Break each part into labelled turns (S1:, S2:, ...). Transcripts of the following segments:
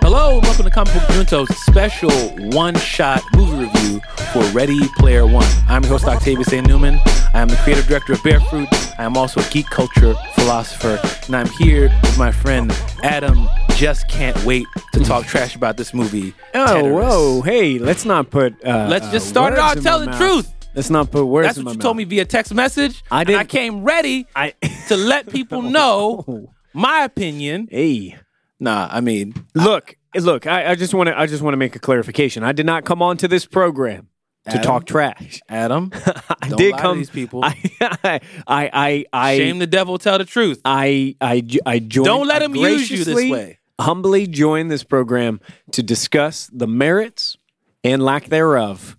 S1: Hello, and welcome to Comic Book Junto's special one shot movie review for Ready Player One. I'm your host, Octavius A. Newman. I am the creative director of Bear Fruit. I am also a geek culture philosopher, and I'm here with my friend Adam. Just can't wait to talk trash about this movie.
S2: Oh,
S1: Tenerus.
S2: whoa. Hey, let's not put. Uh,
S1: Let's just
S2: uh,
S1: start it
S2: words
S1: out.
S2: in
S1: Tell
S2: my
S1: the
S2: mouth.
S1: truth.
S2: Let's not put words
S1: That's
S2: in
S1: what
S2: my
S1: you
S2: mouth.
S1: told me via text message.
S2: I
S1: and I
S2: didn't-
S1: came ready
S2: I.
S1: to let people know my opinion.
S2: hey.
S1: Nah, I mean,
S2: Look, eh, look, I, I just want to I just want to make a clarification. I did not come onto this program to
S1: Adam?
S2: talk trash.
S1: Adam,
S2: I
S1: Don't
S2: did
S1: lie to
S2: come
S1: these people.
S2: I I I I
S1: shame the devil, tell the truth.
S2: I I ju- I joined.
S1: Don't let him
S2: I
S1: use you this
S2: graciously,
S1: way.
S2: Humbly joined this program to discuss the merits and lack thereof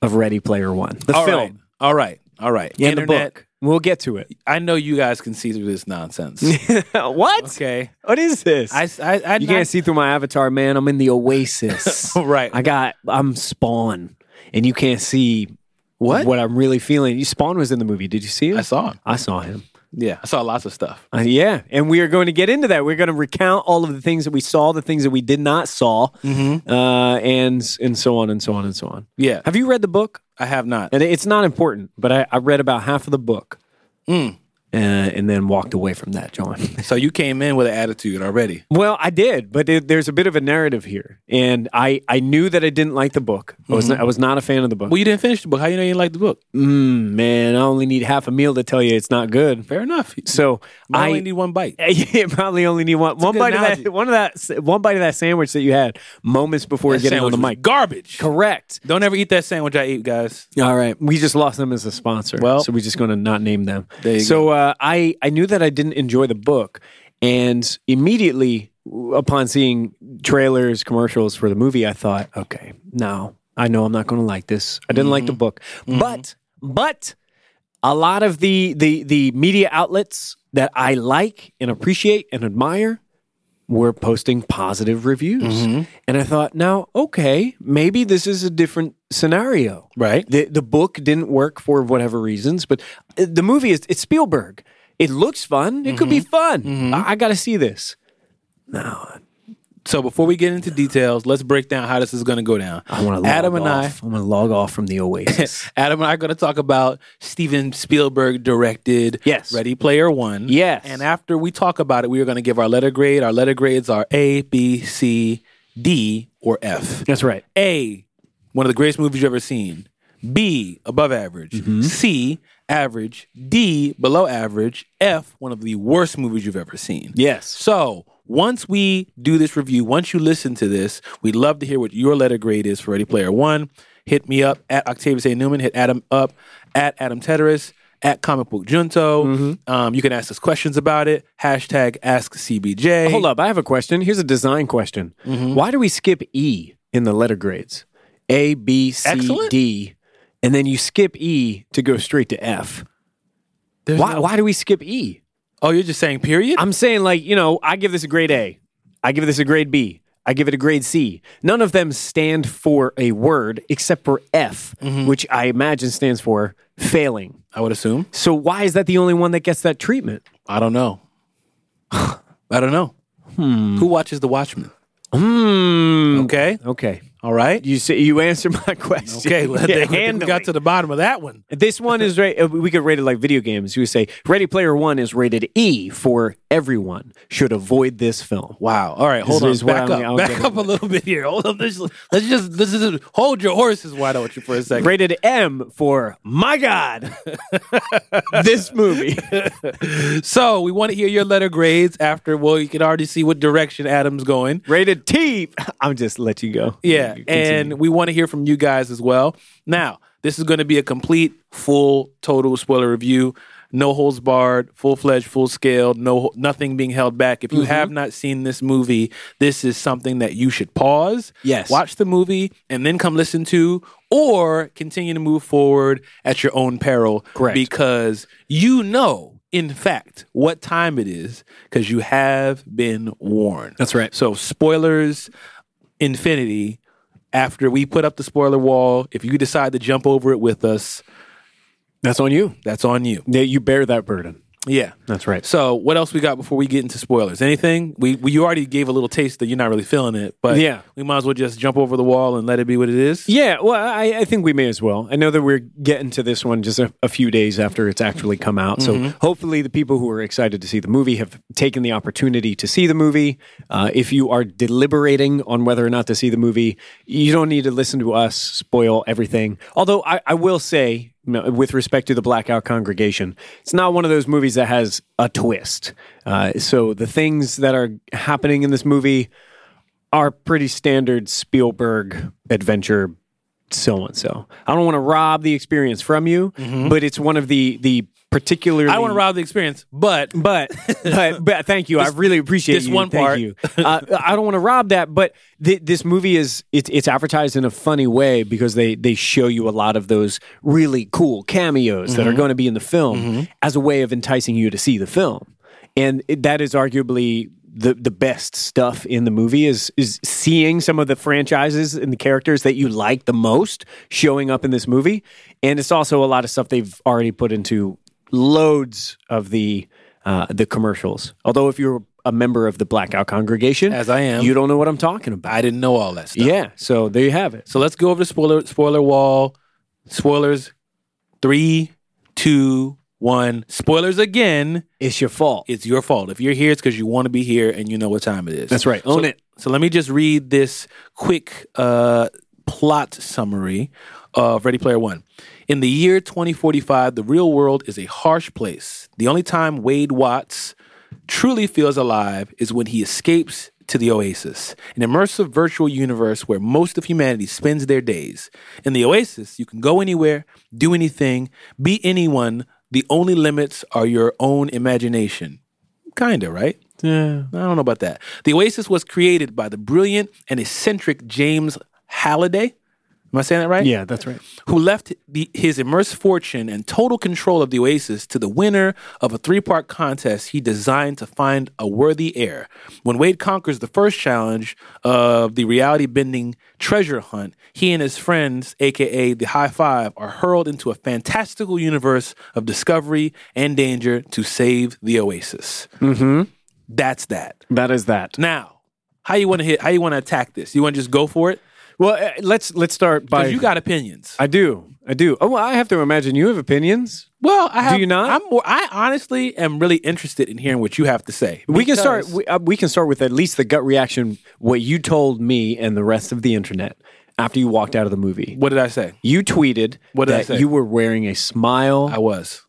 S2: of Ready Player One, the
S1: All right,
S2: film
S1: All right. All right.
S2: and the
S1: Internet,
S2: book. We'll get to it.
S1: I know you guys can see through this nonsense.
S2: what?
S1: okay.
S2: What is this?
S1: I, I, I,
S2: you can't see through my avatar, man. I'm in the oasis.
S1: Right.
S2: I got. I'm Spawn, and you can't see
S1: What?
S2: what I'm really feeling. You- Spawn was in the movie. Did you see it?
S1: I saw him.
S2: I saw him.
S1: Yeah. I saw lots of stuff.
S2: Uh, yeah, and we are going to get into that. We're going to recount all of the things that we saw, the things that we did not saw,
S1: Mm-hmm.
S2: uh, and and so on and so on and so on.
S1: Yeah.
S2: Have you read the book?
S1: I have not.
S2: And it's not important, but I, I read about half of the book,
S1: Hmm.
S2: uh, and then walked away from that, John.
S1: So you came in with an attitude already.
S2: Well, I did, but it, there's a bit of a narrative here, and I, I knew that I didn't like the book. I was
S1: Mm-hmm.
S2: not, I was not a fan of the book. Mm,
S1: Well, you didn't finish the book. How you know you didn't like the book?
S2: Man, I only need half a meal to tell you it's not good.
S1: Fair enough. So
S2: So
S1: I only
S2: I
S1: need one bite.
S2: you probably only need one one
S1: good
S2: bite of
S1: analogy.
S2: that one of that s- one bite of that sandwich that you had moments before
S1: That
S2: getting on
S1: sandwich
S2: the
S1: was
S2: mic.
S1: Garbage.
S2: Correct.
S1: Don't ever eat that sandwich I ate, guys.
S2: All right, we just lost them as a sponsor.
S1: Well-
S2: so we're just going to not name them.
S1: There you
S2: so Uh, I I knew that I didn't enjoy the book, and immediately upon seeing trailers, commercials for the movie, I thought, okay, now I know I'm not going to like this. I didn't like
S1: Mm-hmm.
S2: the book, but but a lot of the the the media outlets that I like and appreciate and admire were posting positive reviews. And I thought, now, okay, maybe this is a different scenario.
S1: Right.
S2: The the book didn't work for whatever reasons, but uh, the movie is it's Spielberg. It looks fun. It could be fun. I, I got to see this. No,
S1: So before we get into details, let's break down how this is going to go down.
S2: I want to.
S1: Adam and I
S2: I'm going to log off from the Oasis.
S1: Adam and I are going to talk about Steven Spielberg directed
S2: Yes.
S1: Ready Player One.
S2: Yes.
S1: And after we talk about it, we are going to give our letter grade. Our letter grades are A, B, C, D, or F.
S2: That's right.
S1: A, one of the greatest movies you've ever seen. B, above average.
S2: Mm-hmm.
S1: C, average. D, below average. F, one of the worst movies you've ever seen.
S2: Yes.
S1: So once we do this review, once you listen to this, we'd love to hear what your letter grade is for Ready Player One. Hit me up at Octavius A. Newman. Hit Adam up at Adam Teteris at Comic Book Junto.
S2: Mm-hmm.
S1: Um, you can ask us questions about it. Hashtag Ask CBJ.
S2: Hold up. I have a question. Here's a design question. Why do we skip E in the letter grades? A, B, C, D,
S1: Excellent.
S2: and then you skip E to go straight to F.
S1: There's
S2: Why,
S1: no-
S2: why do we skip E?
S1: oh, you're just saying period?
S2: I'm saying, like, you know, I give this a grade A. I give this a grade B. I give it a grade C. None of them stand for a word except for F, which I imagine stands for failing.
S1: I would assume.
S2: So why is that the only one that gets that treatment?
S1: I don't know. I don't know. Who watches The Watchmen?
S2: Hmm.
S1: Okay.
S2: Okay.
S1: All right.
S2: You say, you answer my question.
S1: Okay. Well, I think- I think we
S2: Handily.
S1: got to the bottom of that one.
S2: This one is ra- uh, we could rate it like video games. You would say Ready Player One is rated E for everyone should avoid this film.
S1: Wow. All right. Hold
S2: This is
S1: on.
S2: what
S1: Back
S2: I'm-
S1: up.
S2: I'll
S1: Back
S2: get
S1: up a little bit here. Hold on. Let's, let's just this is hold your horses wide out you for a second.
S2: Rated M for my God, this movie.
S1: So we want to hear your letter grades after. Well, you can already see what direction Adam's going.
S2: rated T. I'm just let you go.
S1: Yeah, and we want to hear from you guys as well. Now, this is going to be a complete, full, total spoiler review. No holds barred, full fledged, full scale. No, nothing being held back.
S2: Mm-hmm.
S1: If you have not seen this movie, this is something that you should pause.
S2: Yes.
S1: watch the movie and then come listen to, or continue to move forward at your own peril.
S2: Correct.
S1: because you know. In fact, what time it is because you have been warned.
S2: That's right.
S1: So, spoilers, infinity after we put up the spoiler wall if you decide to jump over it with us
S2: that's on you.
S1: that's on you
S2: Yeah, you bear that burden.
S1: Yeah.
S2: That's right.
S1: So what else we got before we get into spoilers? Anything? We, we you already gave a little taste that you're not really feeling it, but
S2: Yeah.
S1: we might as well just jump over the wall and let it be what it is.
S2: Yeah, well, I, I think we may as well. I know that we're getting to this one just a, a few days after it's actually come out. So hopefully, the people who are excited to see the movie have taken the opportunity to see the movie. Uh, if you are deliberating on whether or not to see the movie, you don't need to listen to us spoil everything. Although, I, I will say, you know, with respect to the Blackout Congregation, it's not one of those movies that has a twist. Uh, so the things that are happening in this movie are pretty standard Spielberg adventure so and so. I don't want to rob the experience from you, but it's one of the the particularly
S1: I don't want to rob the experience, but
S2: but but, but thank you. I really appreciate
S1: this
S2: you.
S1: one
S2: thank
S1: part.
S2: You. Uh, I don't want to rob that, but th- this movie is it's it's advertised in a funny way because they they show you a lot of those really cool cameos
S1: Mm-hmm.
S2: that are going to be in the film as a way of enticing you to see the film, and it, that is arguably. The, the best stuff in the movie is is seeing some of the franchises and the characters that you like the most showing up in this movie, and it's also a lot of stuff they've already put into loads of the uh, the commercials. Although if you're a member of the blackout congregation,
S1: As I am.
S2: you don't know what I'm talking about.
S1: I didn't know all that stuff.
S2: Yeah, so there you have it.
S1: So let's go over the spoiler spoiler wall. Spoilers. Three, two, one. Spoilers again.
S2: It's your fault.
S1: It's your fault. If you're here, it's because you want to be here and you know what time it is.
S2: That's right.
S1: So-
S2: Own it.
S1: So let me just read this quick uh, plot summary of Ready Player One. In the year 2045, the real world is a harsh place. The only time Wade Watts truly feels alive is when he escapes to the Oasis, an immersive virtual universe where most of humanity spends their days. In the Oasis, you can go anywhere, do anything, be anyone. The only limits are your own imagination. Kinda, right?
S2: Yeah.
S1: I don't know about that. The Oasis was created by the brilliant and eccentric James Halliday. Am I saying that right?
S2: Yeah, that's right.
S1: Who left the, his immense fortune and total control of the Oasis to the winner of a three part contest he designed to find a worthy heir. When Wade conquers the first challenge of the reality bending treasure hunt, he and his friends, aka the High Five, are hurled into a fantastical universe of discovery and danger to save the Oasis. Mm-hmm. That's that.
S2: That is that.
S1: Now, how you want to hit? How you want to attack this? You want to just go for it?
S2: Well, uh, let's let's start by.
S1: Because you got opinions.
S2: I do. I do. Oh, well, I have to imagine you have opinions.
S1: well, I have,
S2: you not?
S1: I'm more, I honestly am really interested in hearing what you have to say.
S2: We can start.
S1: Because-
S2: We, uh, we can start with at least the gut reaction. What you told me and the rest of the internet after you walked out of the movie.
S1: what did I say?
S2: You tweeted
S1: What did I
S2: that
S1: say?
S2: you were wearing a smile
S1: I was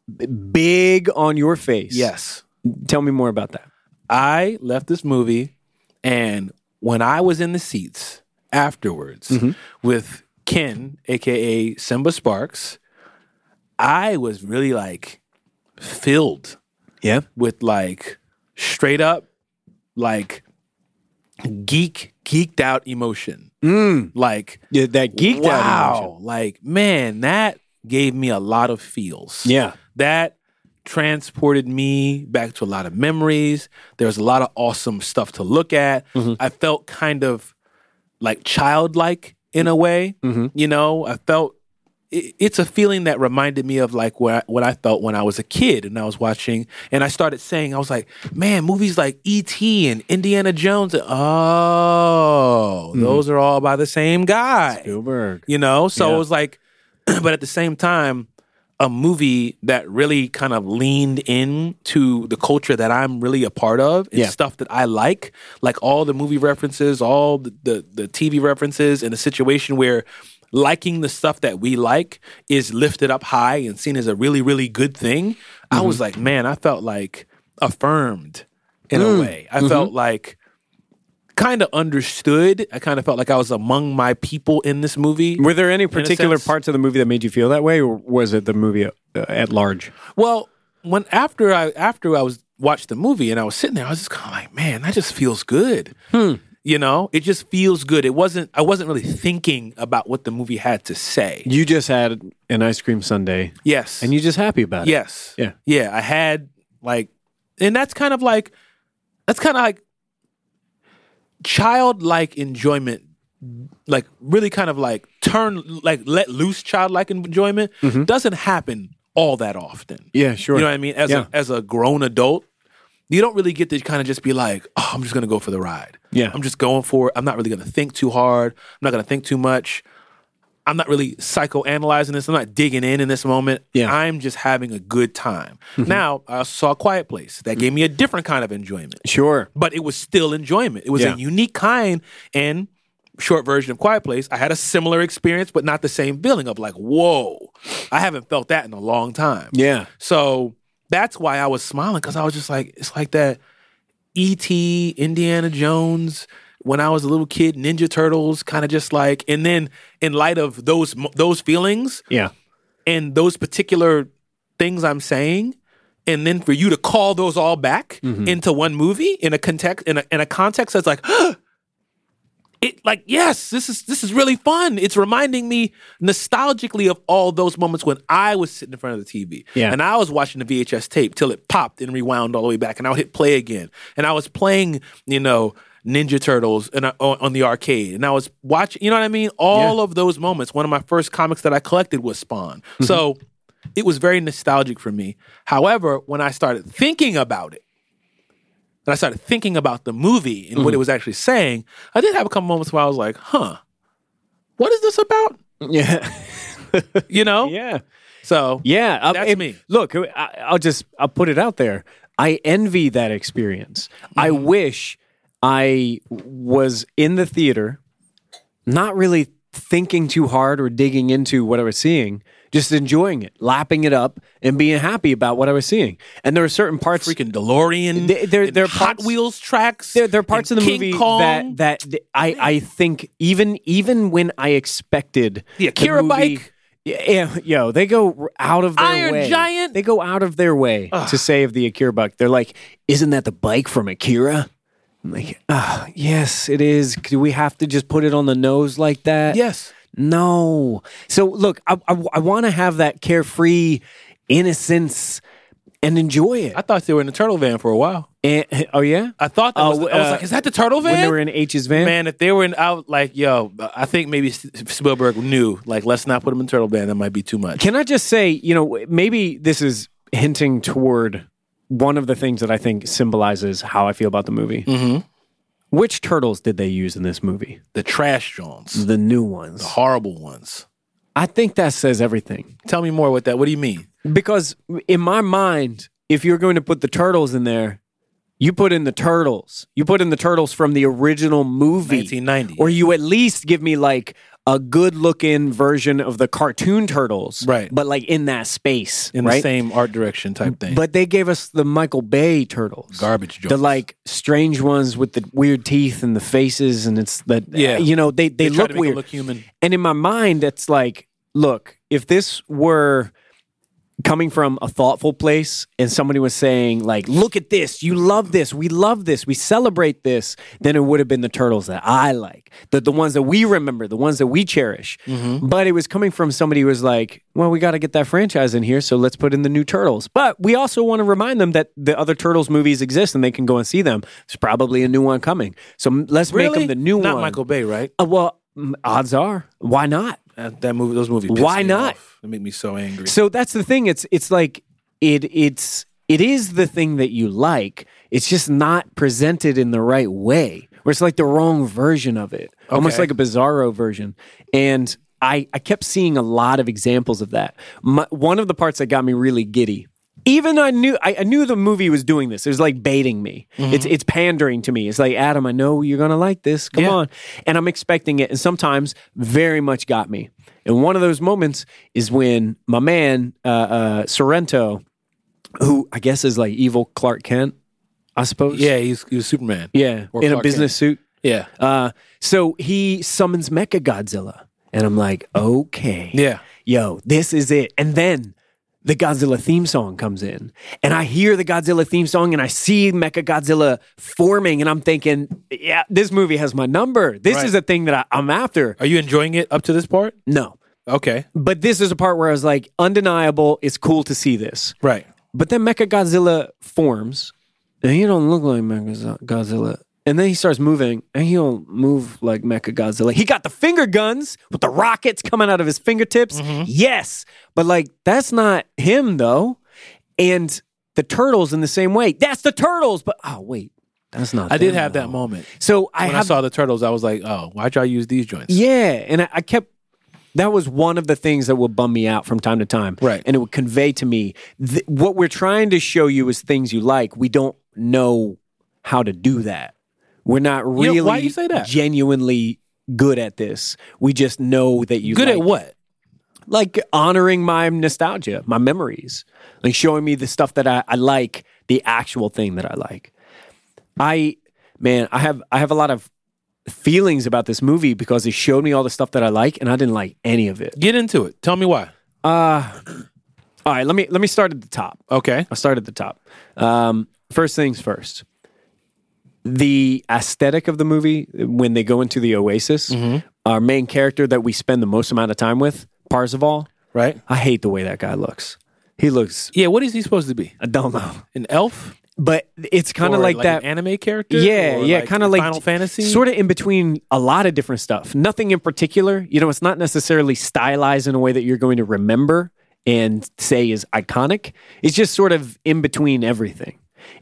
S2: big on your face.
S1: yes.
S2: Tell me more about that.
S1: I left this movie, and when I was in the seats afterwards
S2: Mm-hmm.
S1: with Ken, aka Simba Sparks, I was really like filled
S2: Yeah.
S1: with like straight up like geek geeked out emotion. Like
S2: Yeah, that Mm. geeked out
S1: wow,
S2: emotion.
S1: like man, that gave me a lot of feels.
S2: Yeah.
S1: That transported me back to a lot of memories. There was a lot of awesome stuff to look at. I felt kind of like childlike in a way. You know, I felt it- it's a feeling that reminded me of like where I, what I felt when I was a kid and I was watching and I started saying I was like, man, movies like E.T. and Indiana Jones, oh, those are all by the same guy
S2: Spielberg.
S1: you know so
S2: Yeah.
S1: it was like but at the same time a movie that really kind of leaned in to the culture that I'm really a part of and
S2: Yeah.
S1: stuff that I like, like all the movie references, all the, the, the TV references, and a situation where liking the stuff that we like is lifted up high and seen as a really, really good thing. I was like, man, I felt like affirmed in a way. I felt like kind of understood. I kind of felt like I was among my people in this movie.
S2: Were there any particular
S1: sense.
S2: parts of the movie that made you feel that way, or was it the movie uh, at large?
S1: Well, when after I after I was watched the movie and I was sitting there, I was just kind of like, man, that just feels good. You know, it just feels good. It wasn't. I wasn't really thinking about what the movie had to say.
S2: You just had an ice cream sundae,
S1: Yes.
S2: and you're just happy about it.
S1: yes.
S2: Yeah.
S1: Yeah. I had like, and that's kind of like, that's kind of like childlike enjoyment. Like really, kind of like turn like let loose childlike enjoyment doesn't happen all that often.
S2: Mm-hmm. Yeah, sure.
S1: You know what I mean? As
S2: Yeah.
S1: a, as a grown adult, you don't really get to kind of just be like, oh, I'm just gonna go for the ride.
S2: Yeah.
S1: I'm just going for it. I'm not really gonna think too hard. I'm not gonna think too much. I'm not really psychoanalyzing this. I'm not digging in in this moment.
S2: Yeah.
S1: I'm just having a good time.
S2: Mm-hmm.
S1: Now I saw Quiet Place. That gave me a different kind of enjoyment
S2: Sure.
S1: but it was still enjoyment. It was
S2: Yeah.
S1: a unique kind and short version of Quiet Place. I had a similar experience, but not the same feeling of like, whoa, I haven't felt that in a long time.
S2: Yeah.
S1: So that's why I was smiling because I was just like, it's like that E.T., Indiana Jones, when I was a little kid, Ninja Turtles, kind of just like, and then in light of those mo- those feelings
S2: Yeah.
S1: and those particular things I'm saying, and then for you to call those all back into one movie in a context in a in a context that's like. It like yes, this is this is really fun. It's reminding me nostalgically of all those moments when I was sitting in front of the TV,
S2: Yeah.
S1: and I was watching the VHS tape till it popped and rewound all the way back, and I would hit play again, and I was playing, you know, Ninja Turtles and I, on, on the arcade, and I was watching, you know what I mean? All of those moments. One of my first comics that I collected was Spawn, so it was very nostalgic for me. However, when I started thinking about it, and I started thinking about the movie and
S2: Mm-hmm.
S1: what it was actually saying, I did have a couple moments where I was like, huh, what is this about?
S2: Yeah.
S1: You know?
S2: Yeah.
S1: So,
S2: Yeah, I-
S1: That's
S2: it-
S1: me.
S2: Look, uh, I, I'll just I'll put it out there. I envy that experience. I
S1: Mm-hmm.
S2: wish I was in the theater, not really thinking too hard or digging into what I was seeing, just enjoying it, lapping it up, and being happy about what I was seeing. And there were certain parts.
S1: freaking DeLorean,
S2: There- there-
S1: and
S2: there are
S1: Hot
S2: parts-
S1: Wheels tracks.
S2: there, there are parts of
S1: and
S2: the
S1: King
S2: movie
S1: Kong.
S2: that that th- I I think even even when I expected
S1: The Akira
S2: movie-
S1: bike.
S2: yeah, yo, they go r- out of their
S1: Iron
S2: way.
S1: Giant.
S2: They go out of their way to save the Akira bike. They're like, isn't that the bike from Akira? I'm like, ah, yes, it is. Do we have to just put it on the nose like that?
S1: yes.
S2: No. So look, I I, want to have that carefree innocence and enjoy it.
S1: I thought they were in the turtle van for a while.
S2: And- oh yeah.
S1: I thought that
S2: Oh,
S1: was, I was
S2: uh,
S1: like, is that the turtle van?
S2: when they were in H's van.
S1: Man, if they were in out, like, yo, I think maybe S- Spielberg knew, like, let's not put him in Turtle Band. That might be too much.
S2: Can I just say, you know, maybe this is hinting toward one of the things that I think symbolizes how I feel about the movie. Mm-hmm. Which turtles did they use in this movie?
S1: The trash Jones,
S2: The new ones.
S1: horrible ones.
S2: I think that says everything.
S1: Tell me more with that. What do you mean?
S2: Because in my mind, if you're going to put the turtles in there, you put in the turtles. You put in the turtles from the original movie.
S1: 1990.
S2: Or you at least give me like a good looking version of the cartoon turtles.
S1: Right.
S2: But like in that space.
S1: in
S2: right?
S1: the same art direction type thing.
S2: But they gave us the Michael Bay turtles.
S1: Garbage
S2: The
S1: joints.
S2: like strange ones with the weird teeth and the faces and it's the
S1: Yeah.
S2: you know, they, they,
S1: They try
S2: look
S1: to make 'em
S2: weird.
S1: look human.
S2: Mm-hmm. And in my mind it's like, look, if this were coming from a thoughtful place and somebody was saying like look at this you love this we love this we celebrate this then it would have been the turtles that i like the, the ones that we remember the ones that we cherish
S1: Mm-hmm.
S2: but it was coming from somebody who was like well we got to get that franchise in here so let's put in the new turtles but we also want to remind them that the other turtles movies exist and they can go and see them there's probably a new one coming so m- let's make them the new
S1: Not
S2: one
S1: Michael Bay, right? Uh,
S2: Uh, well m- odds are why not
S1: That, that movie, those movies. piss
S2: Why
S1: me
S2: not?
S1: off. They make me so angry.
S2: So that's the thing. It's it's like it it's it is the thing that you like. It's just not presented in the right way. Or it's like the wrong version of it. Almost
S1: Okay.
S2: like a bizarro version. And I, I kept seeing a lot of examples of that. My, one of the parts that got me really giddy. Even I knew I, I knew the movie was doing this. It was like baiting me.
S1: Mm-hmm.
S2: It's it's pandering to me. It's like Adam, I know you're gonna like this. Come on, and I'm expecting it. And sometimes very much got me. And one of those moments is when my man uh, uh, Sorrento, who I guess is like evil Clark Kent, I suppose.
S1: yeah, he's, he was Superman.
S2: yeah,
S1: Or
S2: in a
S1: Clark
S2: business suit.
S1: Yeah.
S2: Uh, so he summons Mecha Godzilla, and I'm like, okay,
S1: Yeah.
S2: yo, this is it. And then the Godzilla theme song comes in, and I hear the Godzilla theme song, and I see Mecha Godzilla forming, and I'm thinking, yeah, this movie has my number. This
S1: Right.
S2: is a thing that I, I'm after.
S1: Are you enjoying it up to this part?
S2: No,
S1: Okay.
S2: but this is a part where I was like, undeniable. It's cool to see this.
S1: Right.
S2: But then Mecha Godzilla forms, and he don't look like Mecha Godzilla And then he starts moving, and he'll move like Mecha Godzilla. He got the finger guns with the rockets coming out of his fingertips.
S1: Mm-hmm.
S2: Yes. But like, that's not him, though. And the turtles in the same way. That's the turtles. But oh, wait. That's not
S1: I did
S2: them,
S1: have that
S2: though.
S1: moment
S2: So I
S1: when I
S2: have
S1: saw the turtles. I was like, oh, why'd y'all use these joints?
S2: yeah, and I, I kept. That was one of the things that would bum me out from time to time.
S1: Right.
S2: And it would convey to me th- what we're trying to show you is things you like. We don't know how to do that. We're not really
S1: why you say that?
S2: genuinely good at this. We just know that you
S1: Good
S2: like
S1: at what?
S2: like honoring my nostalgia, my memories, like showing me the stuff that I, I like, the actual thing that I like. I man, I have I have a lot of feelings about this movie because it showed me all the stuff that I like and I didn't like any of it.
S1: Get into it. Tell me why.
S2: All right, let me let me start at the top.
S1: Okay.
S2: I'll start at the top. Um, first things first. The aesthetic of the movie when they go into the oasis, our main character that we spend the most amount of time with, Parzival,
S1: Right.
S2: I hate the way that guy looks. He looks
S1: Yeah. What is he supposed to be?
S2: I don't know.
S1: An elf?
S2: But it's kind of
S1: Or
S2: like, that.
S1: an anime character?
S2: yeah,
S1: Or
S2: yeah, kind of like
S1: Final Fantasy.
S2: Sort of in between a lot of different stuff. Nothing in particular. You know, it's not necessarily stylized in a way that you're going to remember and say is iconic. It's just sort of in between everything.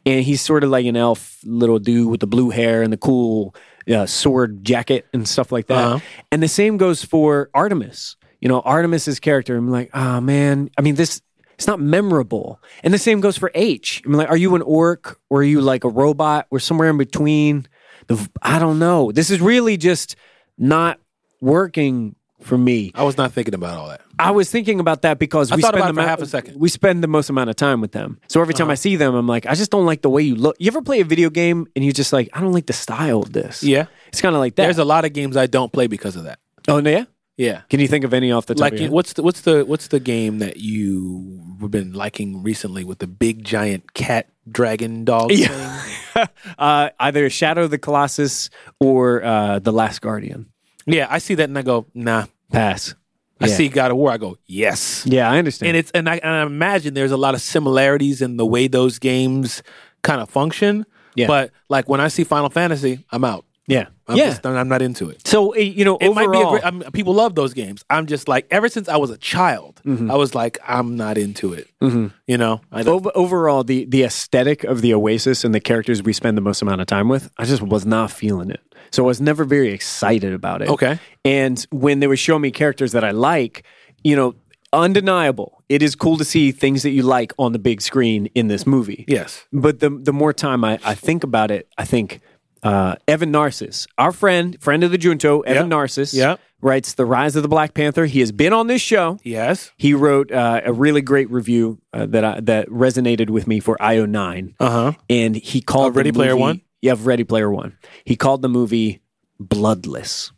S2: And he's sort of like an elf little dude with the blue hair and the cool uh, sword jacket and stuff like that.
S1: Uh-huh.
S2: And the same goes for Artemis. You know, Artemis's character. I'm like, oh man. I mean, this it's not memorable. And the same goes for H. I'm like, are you an orc or are you like a robot? We're somewhere in between. The v- I don't know. This is really just not working for me.
S1: I was not thinking about all that.
S2: I was thinking about that because we
S1: thought
S2: spend
S1: about it
S2: the
S1: for
S2: mo-
S1: half a second. Uh-huh.
S2: We spend the most amount of time with them. So every time I see them, I'm like, I just don't like the way you look. You ever play a video game and you're just like, I don't like the style of this.
S1: Yeah.
S2: It's kind of like that.
S1: There's a lot of games I don't play because of that.
S2: oh no, yeah.
S1: Yeah.
S2: Can you think of any off the top
S1: Like
S2: of your head?
S1: what's the what's the what's the game that you have been liking recently with the big giant cat dragon dog
S2: Yeah.
S1: thing?
S2: uh, either Shadow of the Colossus or uh, The Last Guardian.
S1: Yeah, I see that and I go, nah.
S2: Pass.
S1: I
S2: Yeah.
S1: see God of War, I go, yes.
S2: Yeah, I understand.
S1: And it's and I, and I imagine there's a lot of similarities in the way those games kind of function.
S2: Yeah.
S1: But like when I see Final Fantasy, I'm out.
S2: yeah,
S1: I'm
S2: yeah.
S1: just, I'm not into it.
S2: so uh, you know,
S1: It
S2: overall,
S1: might be a great, I mean, people love those games. I'm just like ever since I was a child,
S2: Mm-hmm.
S1: I was like I'm not into it. You know, I don't,
S2: Ov- overall, the the aesthetic of the Oasis and the characters we spend the most amount of time with, I just was not feeling it. So I was never very excited about it.
S1: Okay.
S2: And when they were showing me characters that I like, you know, undeniable, it is cool to see things that you like on the big screen in this movie.
S1: yes.
S2: But the the more time I, I think about it, I think uh, Evan Narcis, our friend, friend of the Junto, Evan
S1: Yeah.
S2: Narcis,
S1: Yeah.
S2: writes The Rise of the Black Panther. He has been on this show.
S1: Yes.
S2: He wrote uh, a really great review uh, that I, that resonated with me for IO nine,
S1: Uh huh.
S2: and he called
S1: Of Ready
S2: the
S1: Player
S2: movie-
S1: One?
S2: Yeah, of Ready Player One. He called the movie bloodless,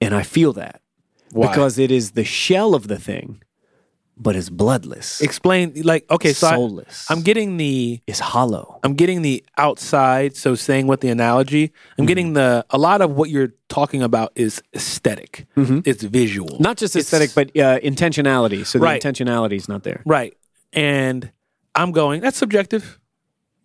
S2: and I feel that
S1: Why?
S2: because it is the shell of the thing, but it's bloodless.
S1: explain like okay, so
S2: Soulless.
S1: I, I'm getting the
S2: it's hollow.
S1: I'm getting the outside. So saying what the analogy, I'm
S2: Mm-hmm.
S1: getting the a lot of what you're talking about is esthetic It's visual,
S2: Mm-hmm. Not just
S1: It's-
S2: aesthetic, but uh, intentionality. So the
S1: Right.
S2: intentionality is not there.
S1: Right. And I'm going, that's subjective.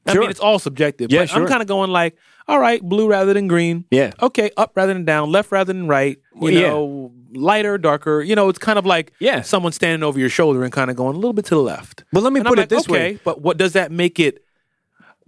S1: I
S2: Sure.
S1: mean, it's all subjective.
S2: Yeah,
S1: but
S2: sure.
S1: I'm kind of going like, all right, blue rather than green.
S2: Yeah.
S1: Okay, up rather than down, left rather than right. You
S2: Yeah.
S1: know, lighter, darker. You know, it's kind of like
S2: Yeah.
S1: someone standing over your shoulder and kind of going a little bit to the left.
S2: But let me
S1: And I'm
S2: put it
S1: like,
S2: this
S1: okay,
S2: way.
S1: but what does that make it?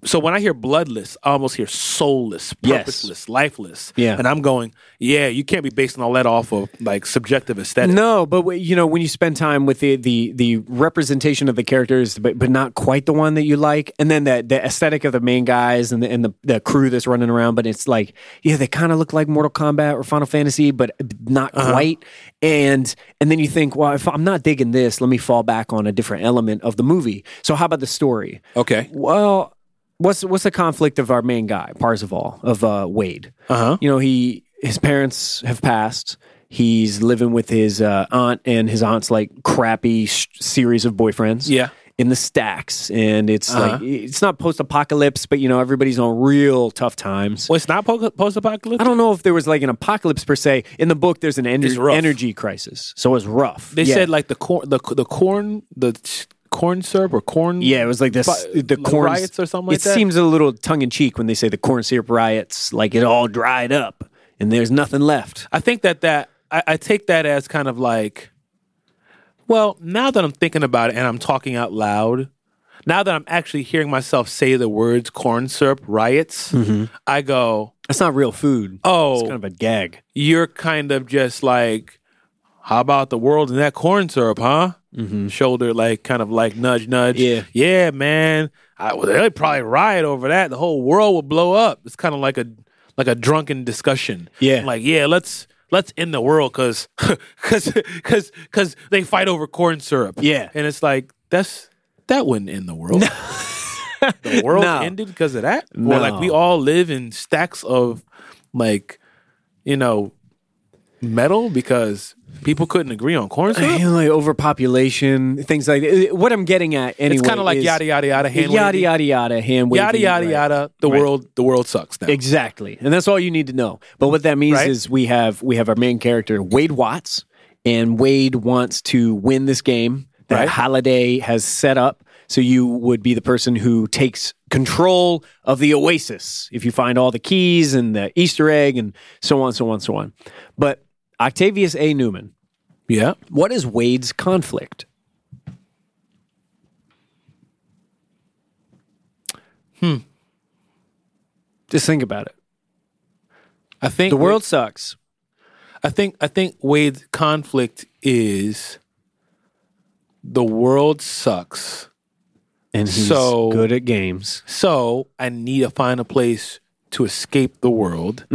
S1: So when I hear bloodless, I almost hear soulless,
S2: Yes.
S1: purposeless, lifeless.
S2: Yeah.
S1: And I'm going, yeah, you can't be basing all that off of like subjective aesthetic.
S2: No, but w- you know when you spend time with the the the representation of the characters, but but not quite the one that you like, and then the the aesthetic of the main guys and the and the, the crew that's running around, but it's like yeah, they kind of look like Mortal Kombat or Final Fantasy, but uh, not quite. And and then you think, well, if I'm not digging this, let me fall back on a different element of the movie. So how about the story?
S1: Okay.
S2: Well, what's what's the conflict of our main guy, Parzival of uh, Wade?
S1: Uh huh.
S2: you know he his parents have passed he's living with his uh, aunt and his aunt's like crappy sh- series of boyfriends
S1: Yeah.
S2: in the stacks and it's
S1: Uh-huh.
S2: like it's not post-apocalypse but you know everybody's on real tough times
S1: Well, it's not post
S2: i
S1: apocalyptic.
S2: don't know if there was like an apocalypse per se in the book there's an ener-
S1: It's rough.
S2: energy crisis so it's rough
S1: They
S2: Yeah.
S1: said like the corn, the the corn, the ch- corn syrup or corn.
S2: Yeah, it was like this
S1: Fi-
S2: the
S1: like
S2: corn
S1: riots or something like
S2: it
S1: that?
S2: seems a little tongue in cheek when they say the corn syrup riots, like it all dried up and there's nothing left.
S1: I think that that I, I take that as kind of like, well, now that I'm thinking about it and I'm talking out loud, now that I'm actually hearing myself say the words corn syrup riots,
S2: Mm-hmm.
S1: I go,
S2: That's not real food.
S1: oh,
S2: It's kind of a gag.
S1: you're kind of just like, how about the world and that corn syrup, huh? Shoulder like kind of like nudge, nudge.
S2: Mm-hmm. Yeah.
S1: yeah, man. I, well, they'd probably riot over that. The whole world would blow up. It's kind of like a like a drunken discussion.
S2: Yeah.
S1: like yeah, let's let's end the world because because because because they fight over corn syrup.
S2: Yeah.
S1: and it's like that's that wouldn't end the world. the world
S2: No.
S1: ended because of that. Or
S2: No.
S1: like we all live in stacks of like you know metal because people couldn't agree on corn syrup.
S2: You know, like overpopulation, things like that. What I'm getting at anyway.
S1: it's kind of like
S2: is
S1: yada yada yada hand
S2: yada
S1: waving.
S2: yada yada hand waving,
S1: yada yada
S2: right.
S1: yada. The
S2: Right.
S1: world the world sucks now.
S2: Exactly, and that's all you need to know. But what that means
S1: Right.
S2: is we have we have our main character Wade Watts, and Wade wants to win this game that
S1: Right.
S2: Holiday has set up. So you would be the person who takes control of the Oasis if you find all the keys and the Easter egg and so on, so on, so on. But Octavius A. Newman,
S1: yeah.
S2: what is Wade's conflict? Hmm. Just think about it.
S1: I think
S2: The world sucks.
S1: I think I think Wade's conflict is the world sucks.
S2: And he's
S1: So-
S2: good at games.
S1: So I need to find a place to escape the world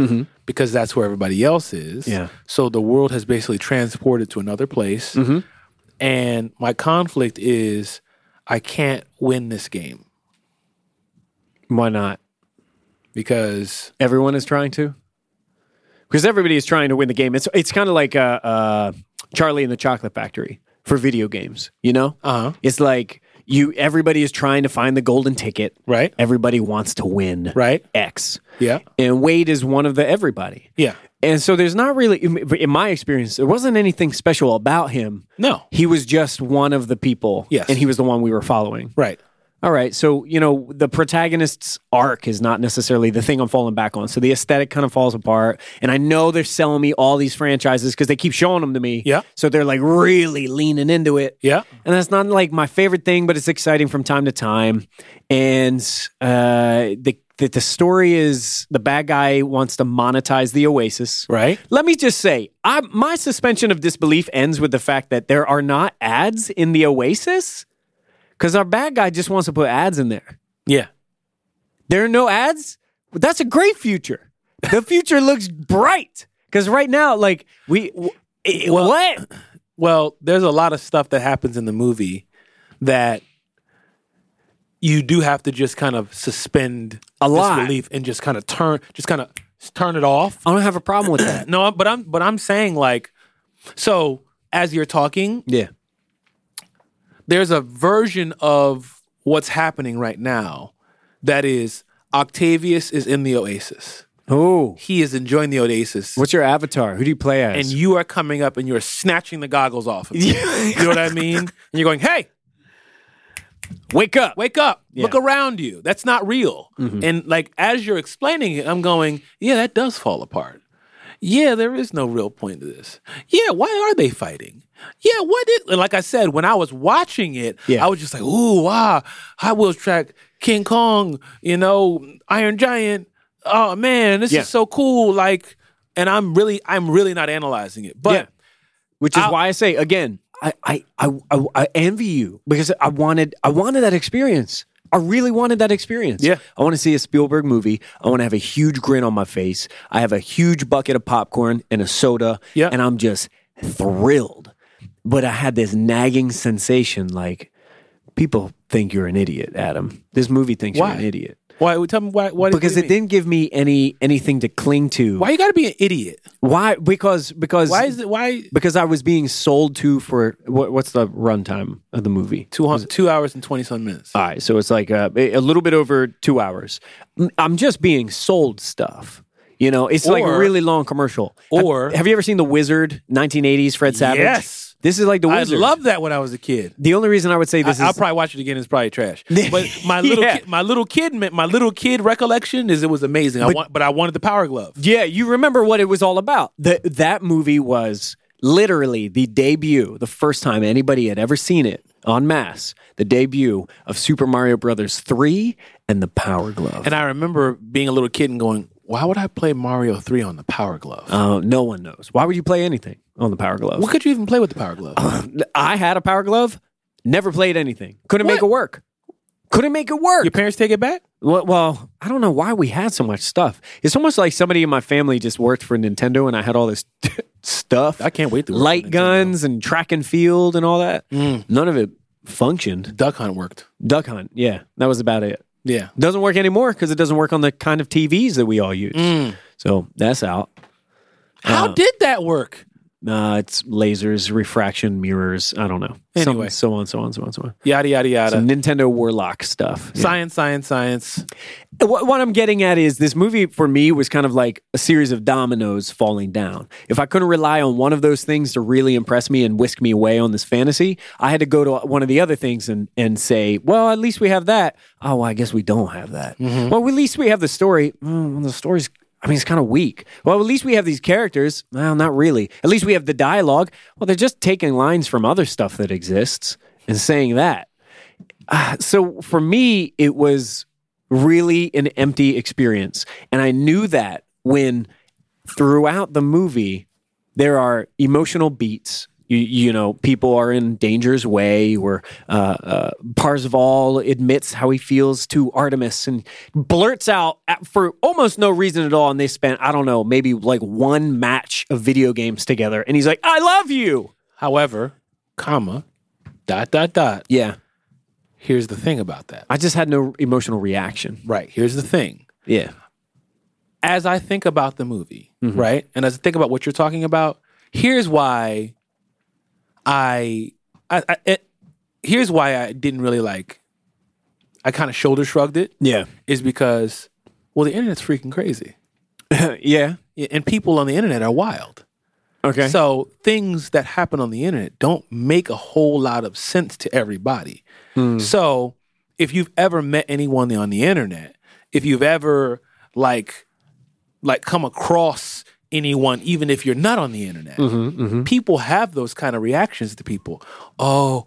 S1: because that's where everybody else is.
S2: Mm-hmm. Yeah.
S1: So the world has basically transported to another place.
S2: Mm-hmm.
S1: And my conflict is I can't win this game
S2: Why not?
S1: because
S2: Everyone is trying to. Because everybody is trying to win the game. It's it's kind of like uh, uh, Charlie and the Chocolate Factory for video games. You know,
S1: Uh-huh.
S2: it's like you. Everybody is trying to find the golden ticket.
S1: Right.
S2: Everybody wants to win.
S1: Right.
S2: X.
S1: Yeah.
S2: And Wade is one of the everybody.
S1: Yeah.
S2: And so there's not really, in my experience, there wasn't anything special about him.
S1: No.
S2: He was just one of the people.
S1: Yes.
S2: And he was the one we were following.
S1: Right.
S2: All right. So, you know, the protagonist's arc is not necessarily the thing I'm falling back on. So the aesthetic kind of falls apart. And I know they're selling me all these franchises because they keep showing them to me.
S1: Yeah.
S2: So they're like really leaning into it.
S1: Yeah.
S2: And that's not like my favorite thing, but it's exciting from time to time. And uh, the, the, the story is the bad guy wants to monetize the Oasis.
S1: Right.
S2: Let me just say, I, my suspension of disbelief ends with the fact that there are not ads in the Oasis because our bad guy just wants to put ads in there.
S1: Yeah.
S2: There are no ads? That's a great future. The future looks bright because right now, like, we. eh,
S1: well-
S2: what?
S1: Well, there's a lot of stuff that happens in the movie that you do have to just kind of suspend
S2: A lot.
S1: disbelief and just kind of turn, just kind of turn it off.
S2: I don't have a problem with that.
S1: No, but I'm but I'm saying like, so as you're talking,
S2: yeah.
S1: there's a version of what's happening right now that is Octavius is in the Oasis.
S2: Oh.
S1: He is enjoying the Oasis.
S2: What's your avatar? Who do you play as?
S1: and you are coming up and you're snatching the goggles off of him. you know what I mean? And you're going, hey,
S2: wake up. Mm-hmm.
S1: wake up, look around you. That's not real. And like as you're explaining it, I'm going, yeah, that does fall apart. Yeah, there is no real point to this. Yeah, why are they fighting? Yeah, what is and like I said, when I was watching it,
S2: Yeah.
S1: I was just like, ooh, wow, High Wheels track, King Kong, you know, Iron Giant. Oh man, this
S2: Yeah.
S1: is so cool. Like, and I'm really, I'm really not analyzing it. But
S2: Yeah. which is
S1: I'll-
S2: why I say again, I, I, I, I, I envy you because I wanted I wanted that experience. I really wanted that experience.
S1: Yeah.
S2: I want to see a Spielberg movie. I want to have a huge grin on my face. I have a huge bucket of popcorn and a soda.
S1: Yeah.
S2: And I'm just thrilled. But I had this nagging sensation like, people think you're an idiot, Adam. This movie thinks
S1: Why?
S2: you're an idiot.
S1: why? Tell me why? why what do
S2: Because
S1: you
S2: it
S1: mean?
S2: didn't give me any anything to cling to.
S1: Why you got to be an idiot?
S2: Why? Because because
S1: Why is it? Why
S2: because I was being sold to for what, what's the runtime of the movie?
S1: two hun- two hours and twenty some minutes?
S2: All right, so it's like uh, a, a little bit over two hours. Mm, I'm just being sold stuff. You know, it's like a
S1: Or-
S2: really long commercial. Have-
S1: or-
S2: have, you ever seen The Wizard, 1980s Fred Savage?
S1: Yes.
S2: This is like the
S1: I
S2: Wizard.
S1: loved that when I was a kid.
S2: The only reason I would say
S1: I,
S2: this
S1: I'll
S2: is
S1: probably watch it again. It's probably trash. But my little
S2: Yeah.
S1: kid, my little kid, me- my little kid recollection is it was amazing. I
S2: But-
S1: want, but I wanted the Power Glove.
S2: Yeah, you remember what it was all about. The, that movie was literally the debut, the first time anybody had ever seen it en masse, the debut of Super Mario Brothers 3 and the Power Glove.
S1: And I remember being a little kid and going, "Why would I play Mario three on the Power Glove?
S2: uh, no one knows. Why would you play anything on the Power Glove?
S1: what could you even play with the Power Glove?"
S2: I had a Power Glove, never played anything. Couldn't make
S1: What?
S2: it work. Couldn't make it work.
S1: Your parents take it back?
S2: Well, well, I don't know why we had so much stuff. It's almost like somebody in my family just worked for Nintendo and I had all this stuff.
S1: I can't wait to work for
S2: light
S1: Nintendo. Mm.
S2: guns and track and field and all that. None of it functioned.
S1: Duck Hunt worked.
S2: Duck hunt, yeah, that was about it.
S1: Yeah.
S2: Doesn't work anymore because it doesn't work on the kind of TVs that we all use.
S1: Mm.
S2: So that's out.
S1: How did that work?
S2: Uh, it's lasers, refraction, mirrors. I don't know. Some-
S1: Anyway.
S2: so on, so on, so on, so on.
S1: Yada yada yada.
S2: The Nintendo Warlock stuff.
S1: Science, science, science.
S2: What, what I'm getting at is this movie for me was kind of like a series of dominoes falling down. If I couldn't rely on one of those things to really impress me and whisk me away on this fantasy, I had to go to one of the other things and, and say, well, at least we have that. Oh, well, I guess we don't have that. Well, at least we have the story. Mm, well, the story's, I mean, it's kind of weak. Well, at least we have these characters. Well, not really. At least we have the dialogue. Well, they're just taking lines from other stuff that exists and saying that. Ah, so for me, it was really an empty experience. And I knew that when throughout the movie, there are emotional beats. You, you know, people are in danger's way, or uh, uh, Parzival admits how he feels to Artemis and blurts out at, for almost no reason at all. And they spent, I don't know, maybe like one match of video games together. And he's like, I love you.
S1: However, comma, dot dot dot.
S2: Yeah.
S1: Here's the thing about that.
S2: I just had no emotional reaction.
S1: Right. Here's the thing.
S2: Yeah.
S1: As I think about the movie, right, and as I think about what you're talking about, here's why I, I, I it, here's why I didn't really like. I kind of shoulder shrugged it.
S2: Yeah.
S1: Is because, well, the internet's freaking crazy,
S2: yeah.
S1: Yeah, and people on the internet are wild.
S2: Okay.
S1: So things that happen on the internet don't make a whole lot of sense to everybody. So if you've ever met anyone on the internet, if you've ever like like come across anyone even if you're not on the internet,
S2: Mm-hmm,
S1: people have those kind of reactions to people. Oh,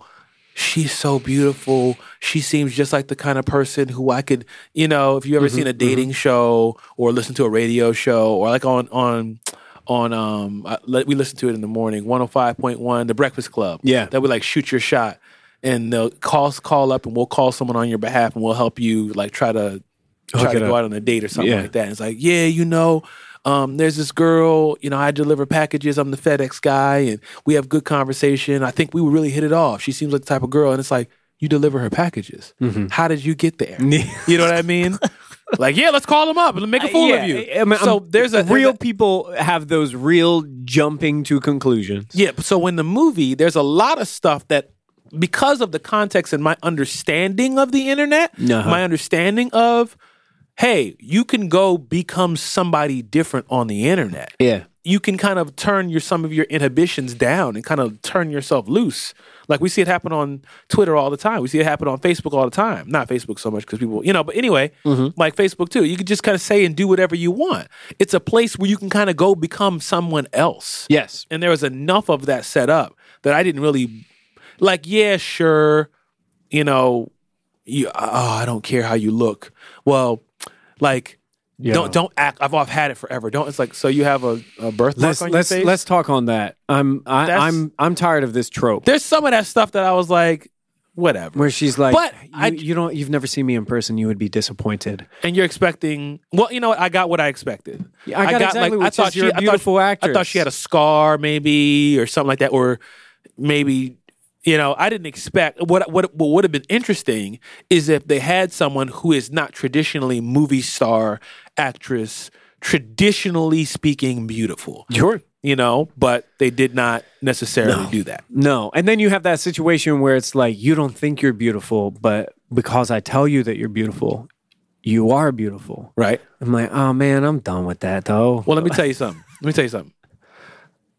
S1: she's so beautiful. She seems just like the kind of person who I could, you know, if you
S2: Mm-hmm,
S1: ever seen a dating show or listen to a radio show or like on on on um I, let- we listen to it in the morning, 105.1 The Breakfast Club.
S2: Yeah.
S1: That would like shoot your shot and they'll call call up and we'll call someone on your behalf and we'll help you like try to try
S2: Hook
S1: to
S2: it
S1: go
S2: up.
S1: out on a date or something
S2: Yeah.
S1: like that. And it's like, yeah, you know, um, there's this girl, you know, I deliver packages. I'm the FedEx guy, and we have good conversation. I think we would really hit it off. She seems like the type of girl, and it's like, you deliver her packages.
S2: Mm-hmm.
S1: How did you get there? you know what I mean? like, yeah, let's call them up and make a fool
S2: Yeah,
S1: of you.
S2: I- I mean,
S1: so
S2: I'm-
S1: there's a
S2: real people have those real jumping to conclusions.
S1: Yeah, so in the movie, there's a lot of stuff that because of the context and my understanding of the internet,
S2: Uh-huh.
S1: my understanding of hey, you can go become somebody different on the internet.
S2: Yeah.
S1: You can kind of turn your some of your inhibitions down and kind of turn yourself loose. Like we see it happen on Twitter all the time. We see it happen on Facebook all the time. Not Facebook so much because people, you know, but anyway,
S2: Mm-hmm.
S1: like Facebook too. You can just kind of say and do whatever you want. It's a place where you can kind of go become someone else
S2: Yes.
S1: and there was enough of that set up that I didn't really like. Yeah, sure, you know, you, oh, I don't care how you look. Well, like, don't don't act. I've, I've had it forever. Don't. It's like so you have a, a birthmark
S2: Let's
S1: on
S2: let's
S1: your face.
S2: let's talk on that. I'm I,
S1: That's-
S2: I'm I'm tired of this trope
S1: There's some of that stuff that I was like, whatever.
S2: where she's like,
S1: But
S2: you,
S1: I-
S2: you don't you've never seen me in person. You would be disappointed.
S1: And you're expecting. Well, you know what? I got what I expected.
S2: Yeah, I got exactly what you said. You're a
S1: I thought-
S2: beautiful
S1: I thought she had a scar, maybe, or something like that, or maybe. You know, I didn't expect what what what would have been interesting is if they had someone who is not traditionally movie star actress, traditionally speaking, beautiful.
S2: Sure.
S1: You know, but they did not necessarily do that.
S2: No. And then you have that situation where it's like you don't think you're beautiful, but because I tell you that you're beautiful, you are beautiful.
S1: Right.
S2: I'm like, oh man, I'm done with that though.
S1: Well, let me tell you something. Let me tell you something.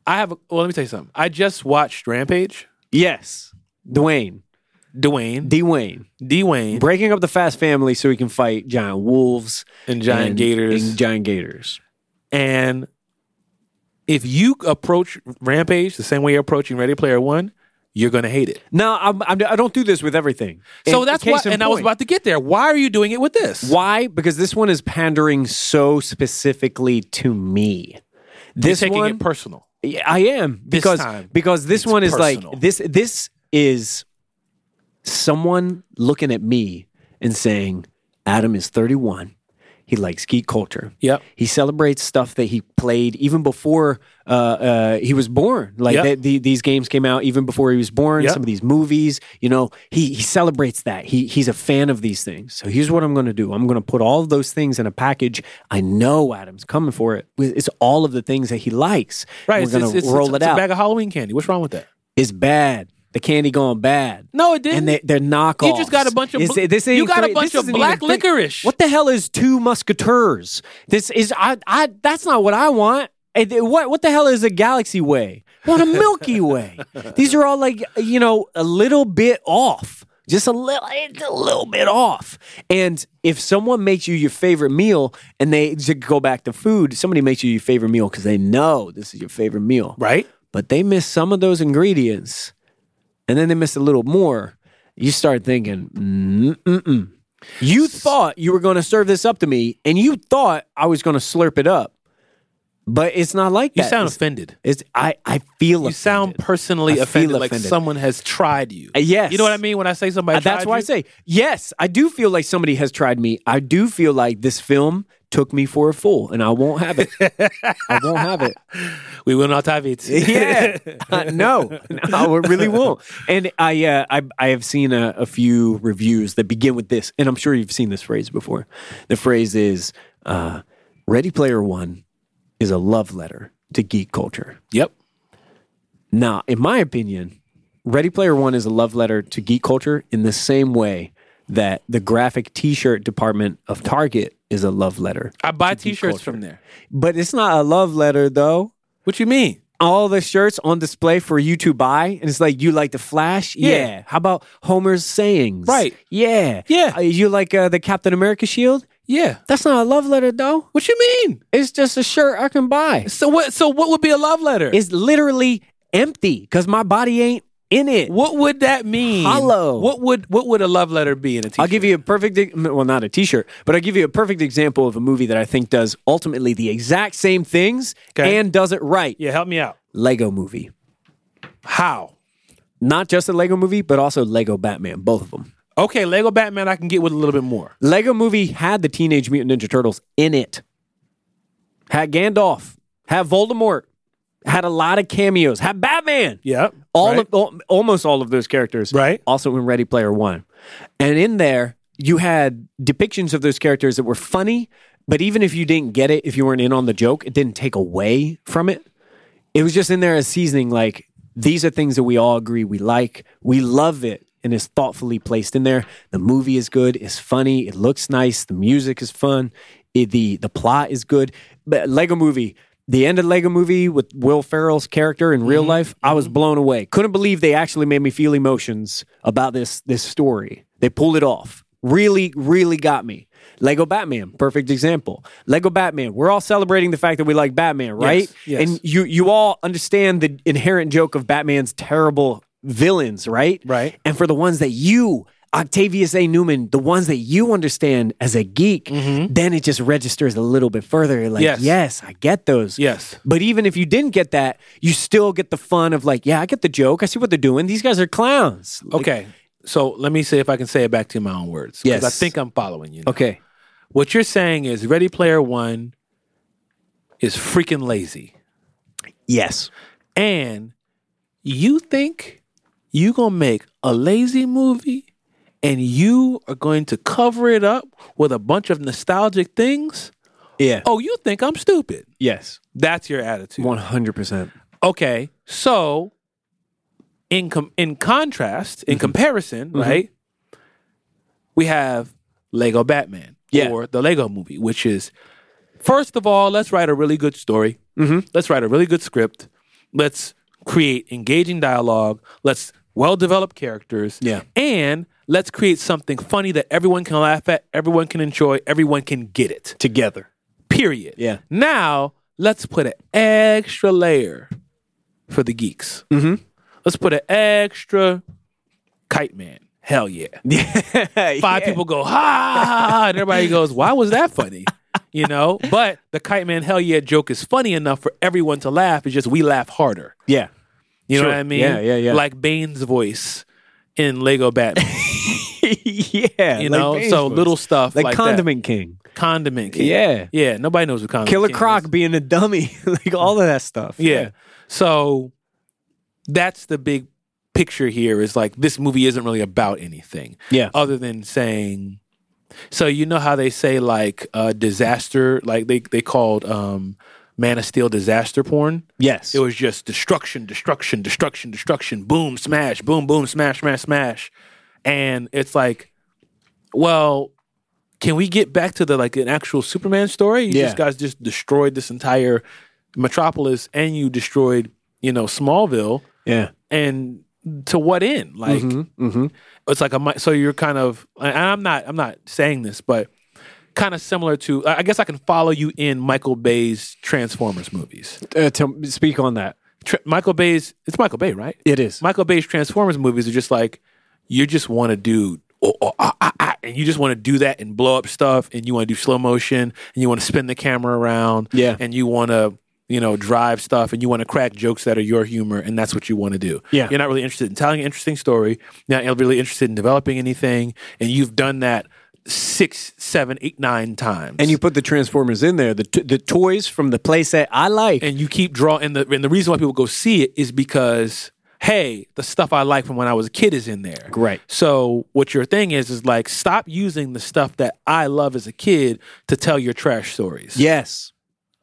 S1: I have. Well, let me tell you something. I just watched Rampage.
S2: Yes, Dwayne,
S1: Dwayne,
S2: Dwayne,
S1: Dwayne,
S2: breaking up the Fast family so he can fight giant wolves,
S1: and Giant
S2: and-
S1: Gators,
S2: and giant gators.
S1: And if you approach Rampage the same way you're approaching Ready Player One, you're gonna hate it.
S2: No, I'm, I'm, I don't do this with everything.
S1: So
S2: And
S1: that's why.
S2: case
S1: And
S2: in
S1: I was
S2: point.
S1: about to get there. Why are you doing it with this?
S2: Why? Because this one is pandering so specifically to me.
S1: You're
S2: This
S1: taking
S2: one,
S1: it personal.
S2: Yeah, I am
S1: This
S2: because
S1: time,
S2: because this
S1: it's
S2: one is
S1: personal.
S2: like this this is someone looking at me and saying Adam is 31. He likes geek culture.
S1: Yep.
S2: He celebrates stuff that he played even before uh, uh, he was born. Like
S1: Yep.
S2: that- the, these games came out even before he was born.
S1: Yep.
S2: Some of these movies, you know, he, he celebrates that. He he's a fan of these things. So here's what I'm going to do. I'm going to put all of those things in a package. I know Adam's coming for it. It's all of the things that he likes.
S1: Right.
S2: We're going to roll
S1: it's,
S2: it
S1: It's
S2: out.
S1: a bag of Halloween candy. What's wrong with that?
S2: it's bad. The candy gone bad.
S1: No, it didn't.
S2: And they, they're knockoffs.
S1: You just got a bunch of
S2: It's-
S1: bl-
S2: this
S1: you
S2: ain't
S1: got a
S2: three-
S1: bunch
S2: this
S1: of
S2: isn't
S1: black
S2: even three-
S1: licorice.
S2: What the hell is two musketeers? This is I I that's not what I want. And th- What what the hell is a galaxy way? What a Milky Way? These are all like you know a little bit off, just a little it's a little bit off. And if someone makes you your favorite meal, and they to go back to food, somebody makes you your favorite meal because they know this is your favorite meal,
S1: right.
S2: but they miss some of those ingredients and then they miss a little more, you start thinking, mm-mm-mm. You thought you were going to serve this up to me and you thought I was going to slurp it up, but it's not like
S1: You
S2: that.
S1: sound
S2: It's-
S1: offended.
S2: it's, I, I feel
S1: You sound
S2: offended.
S1: personally
S2: I feel
S1: offended, like
S2: offended.
S1: someone has tried you.
S2: Uh, yes.
S1: You know what I mean when I say somebody.
S2: Uh, That's
S1: tried
S2: why I
S1: you?
S2: say, yes, I do feel like somebody has tried me. I do feel like this film took me for a fool and I won't have it. I won't have it.
S1: we will not have it.
S2: yeah Uh, no no it really won't and i uh, I, I have seen a, a few reviews that begin with this and i'm sure you've seen this phrase before the phrase is uh, ready player one is a love letter to geek culture
S1: yep.
S2: now in my opinion ready player one is a love letter to geek culture in the same way that the graphic t-shirt department of target is a love letter
S1: I buy T-shirts from there.
S2: but it's not a love letter though
S1: What you mean?
S2: all the shirts on display for you to buy, and it's like you like the Flash, yeah.
S1: Yeah.
S2: How about Homer's sayings,
S1: Right.
S2: Yeah,
S1: Yeah.
S2: Uh, you like uh, the Captain America shield?
S1: Yeah.
S2: That's not a love letter though.
S1: What you mean?
S2: It's just a shirt I can buy.
S1: So what? So what would be a love letter?
S2: It's literally empty because my body ain't in it.
S1: what would that mean?
S2: Hollow.
S1: What would what would a love letter be in a T-shirt?
S2: I'll give you a perfect, e- well, not a T-shirt, but I'll give you a perfect example of a movie that I think does ultimately the exact same things
S1: Okay.
S2: and does it right.
S1: yeah, help me out.
S2: Lego Movie,
S1: How?
S2: not just a Lego Movie, but also Lego Batman, both of them.
S1: Okay, Lego Batman, I can get with a little bit more.
S2: Lego Movie had the Teenage Mutant Ninja Turtles in it. Had Gandalf, had Voldemort, had a lot of cameos, had Batman.
S1: Yep.
S2: All
S1: Right.
S2: of al- almost all of those characters,
S1: Right.
S2: Also in Ready Player One, and in there you had depictions of those characters that were funny, but even if you didn't get it, if you weren't in on the joke, it didn't take away from it. It was just in there as seasoning. Like these are things that we all agree we like, we love it, and it's thoughtfully placed in there. The movie is good, it's funny, it looks nice, the music is fun, it, the the plot is good. But Lego Movie. The end of Lego Movie with Will Ferrell's character in
S1: Mm-hmm.
S2: real life, I was blown away. Couldn't believe they actually made me feel emotions about this this story. They pulled it off. Really, really got me. Lego Batman, perfect example. Lego Batman, we're all celebrating the fact that we like Batman, right?
S1: yes.
S2: And you you all understand the inherent joke of Batman's terrible villains, right?
S1: Right.
S2: And for the ones that you, Octavius A. Newman, the ones that you understand as a geek, then it just registers a little bit further. You're Like,
S1: Mm-hmm. Yes.
S2: yes. I get those.
S1: Yes.
S2: But even if you didn't get that, you still get the fun of like, yeah, I get the joke. I see what they're doing. These guys are clowns.
S1: Okay. So let me see if I can say it back to you in my own words. 'cause
S2: Yes.
S1: I think I'm following you. now.
S2: Okay.
S1: What you're saying is Ready Player One is freaking lazy.
S2: Yes.
S1: And you think you gonna make a lazy movie and you are going to cover it up with a bunch of nostalgic things?
S2: Yeah.
S1: Oh, you think I'm stupid.
S2: Yes.
S1: That's your attitude.
S2: One hundred percent.
S1: Okay. So in com- in contrast,
S2: Mm-hmm.
S1: in comparison, right? We have Lego Batman
S2: Yeah.
S1: or the Lego movie, which is first of all, let's write a really good story. Mm-hmm. Let's write a really good script. Let's create engaging dialogue. Let's well develop characters.
S2: Yeah.
S1: And let's create something funny that everyone can laugh at, everyone can enjoy, everyone can get it.
S2: together.
S1: Period.
S2: Yeah.
S1: Now let's put an extra layer for the geeks. Mm-hmm. Let's put an extra kite man. Hell yeah five people go ha, ha, ha," and everybody goes why was that funny you know but the kite man hell yeah joke is funny enough for everyone to laugh it's just we laugh harder
S2: Yeah.
S1: you know
S2: Sure.
S1: what i mean
S2: Yeah, yeah, yeah.
S1: like bane's voice in lego batman
S2: yeah.
S1: you know so little stuff
S2: like,
S1: like that.
S2: Condiment King,
S1: condiment king.
S2: Yeah.
S1: yeah nobody knows what condiment
S2: Killer
S1: king
S2: Croc
S1: is.
S2: being a dummy, like all of that stuff.
S1: Yeah. So that's the big picture here is like this movie isn't really about anything.
S2: Yeah.
S1: Other than saying so you know how they say like uh disaster like they they called um Man of Steel disaster porn.
S2: Yes.
S1: It was just destruction, destruction, destruction, destruction, boom, smash, boom, boom, smash, smash, smash. And it's like, well, can we get back to the like an actual Superman story? You
S2: Yeah.
S1: just guys just destroyed this entire metropolis and you destroyed, you know, Smallville.
S2: yeah.
S1: And to what end? Like
S2: Mm-hmm.
S1: it's like a mi- so you're kind of and I'm not I'm not saying this, but kind of similar to I I guess I can follow you in Michael Bay's Transformers movies.
S2: Uh, to speak on that,
S1: Tra- Michael Bay's it's Michael Bay, right?
S2: it is.
S1: Michael Bay's Transformers movies are just like you just want to do, oh, oh, ah, ah, ah, and you just want to do that and blow up stuff, and you want to do slow motion, and you want to spin the camera around,
S2: Yeah.
S1: and you want to you know drive stuff, and you want to crack jokes that are your humor, and that's what you want to do.
S2: Yeah.
S1: you're not really interested in telling an interesting story, you're not really interested in developing anything, and you've done that six, seven, eight, nine times,
S2: and you put the Transformers in there, the t- the toys from the playset I like.
S1: and you keep drawing and the, and the reason why people go see it is because hey the stuff i like from when i was a kid is in there
S2: Right.
S1: so what your thing is is like stop using the stuff that i love as a kid to tell your trash stories
S2: yes.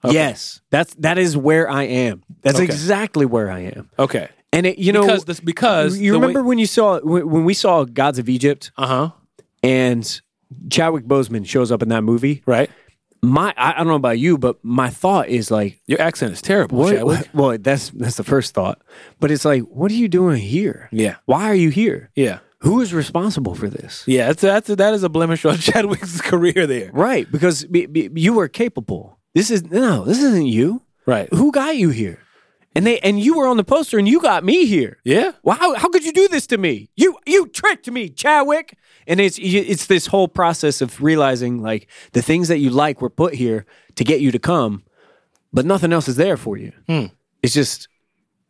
S2: Yes. That's that is where I am. That's
S1: Okay.
S2: exactly where I am.
S1: okay
S2: And it, you know,
S1: because this because
S2: you
S1: the way-
S2: remember when you saw when when we saw Gods of Egypt
S1: uh-huh
S2: and Chadwick Boseman shows up in that movie.
S1: right
S2: My I, I don't know about you, but my thought is like,
S1: your accent is terrible
S2: what,
S1: Chadwick.
S2: Well, that's that's the first thought, but it's like, what are you doing here?
S1: Yeah.
S2: Why are you here?
S1: yeah
S2: Who is responsible for this?
S1: yeah that's, that's that is a blemish on chadwick's career there
S2: Right, because b- b- you were capable. This is no, this isn't you.
S1: right
S2: Who got you here? And they and you were on the poster, and you got me here.
S1: yeah
S2: Well, how, how could you do this to me? You you tricked me, Chadwick. And it's you- it's this whole process of realizing like the things that you like were put here to get you to come, but nothing else is there for you.
S1: Hmm.
S2: It's just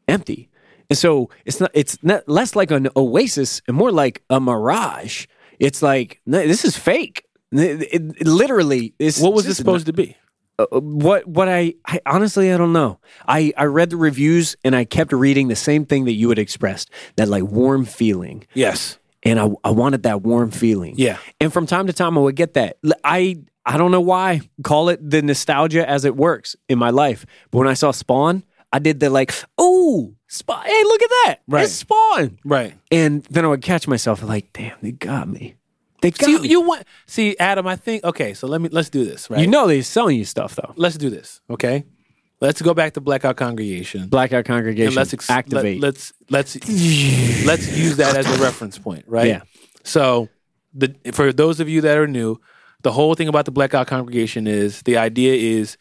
S2: empty. And so it's not it's not less like an oasis and more like a mirage. It's like no, this is fake. It- it- it literally, it's
S1: what was
S2: just
S1: this supposed to be
S2: uh, what what I, I honestly I don't know. I I read the reviews and I kept reading the same thing that you had expressed that like warm feeling
S1: yes
S2: and I I wanted that warm feeling.
S1: Yeah.
S2: And from time to time I would get that. L- I I don't know why call it the nostalgia as it works in my life. But when I saw Spawn, I did the like oh Spawn hey look at that
S1: Right.
S2: it's Spawn
S1: right
S2: and then I would catch myself like damn they got me they got
S1: so you,
S2: me.
S1: you want see adam i think okay so let me let's do this right
S2: you know they're selling you stuff though.
S1: let's do this, okay? Let's go back to Blackout Congregation.
S2: Blackout congregation.
S1: and let's ex-
S2: activate.
S1: Let, us let's let's use that as a reference point, right?
S2: Yeah.
S1: So, the for those of you that are new, the whole thing about the Blackout Congregation is the idea is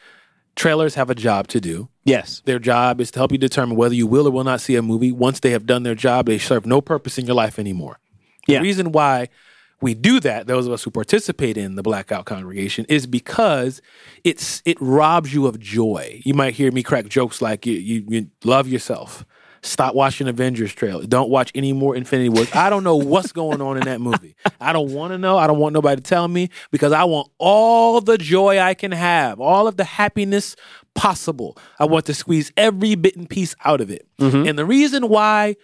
S1: trailers have a job to do.
S2: yes.
S1: Their job is to help you determine whether you will or will not see a movie. Once they have done their job, they serve no purpose in your life anymore.
S2: Yeah.
S1: The reason why we do that, those of us who participate in the blackout congregation, is because it's it robs you of joy. You might hear me crack jokes like you you, you love yourself. Stop watching Avengers trailer. Don't watch any more Infinity Wars. I don't know what's going on in that movie. I don't want to know. I don't want nobody to tell me because I want all the joy I can have, all of the happiness possible. I want to squeeze every bit and piece out of it. And the reason why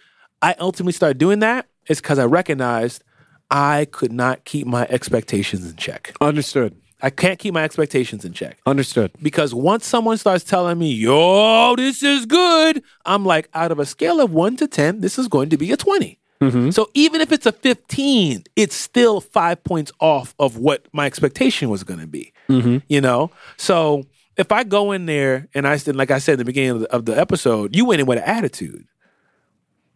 S1: I ultimately started doing that is because I recognized I could not keep my expectations in check.
S2: Understood.
S1: I can't keep my expectations in check.
S2: Understood.
S1: Because once someone starts telling me, yo, this is good, I'm like, out of a scale of one to 10, this is going to be a 20. So even if it's a 15, it's still five points off of what my expectation was going to be, you know? So if I go in there and I said, like I said at the beginning of the, of the episode, you went in with an attitude.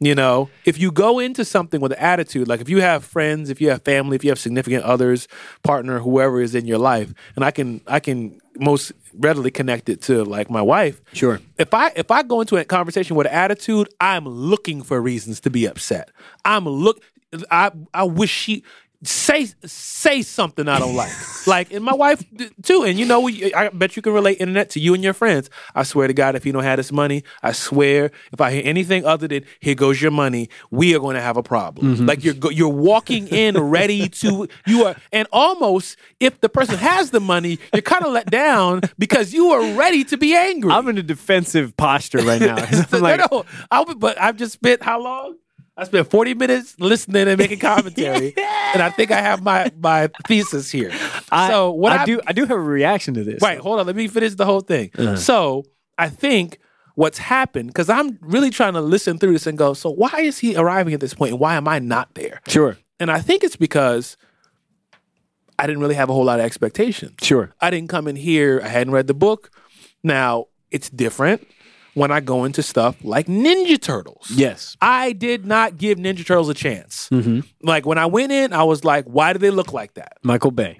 S1: You know, if you go into something with an attitude, like if you have friends, if you have family, if you have significant others, partner, whoever is in your life, and I can, I can most readily connect it to like my wife.
S2: Sure.
S1: If I if I go into a conversation with an attitude, I'm looking for reasons to be upset. I'm look. I I wish she say say something I don't like. like, and my wife d- too. And you know, we, I bet you can relate internet to you and your friends. I swear to God, if you don't have this money, I swear, if I hear anything other than "here goes your money," we are going to have a problem. Like you're go- you're walking in ready to you are, and almost if the person has the money, you're kind of let down because you are ready to be angry.
S2: I'm in a defensive posture right now. I'm like,
S1: no, no, I would- but I've just spent how long? I spent 40 minutes listening and making commentary, and I think I have my my thesis here.
S2: I,
S1: so what
S2: I,
S1: I,
S2: do, Uh-huh. I do have a reaction to this.
S1: right? Hold on, let me finish the whole thing. So I think what's happened because I'm really trying to listen through this and go, so why is he arriving at this point, and why am I not there?
S2: Sure.
S1: And I think it's because I didn't really have a whole lot of expectation.
S2: Sure.
S1: I didn't come in here. I hadn't read the book. Now it's different when I go into stuff like Ninja Turtles.
S2: Yes.
S1: I did not give Ninja Turtles a chance.
S2: Mm-hmm.
S1: Like when I went in, I was like, why do they look like that?
S2: Michael Bay.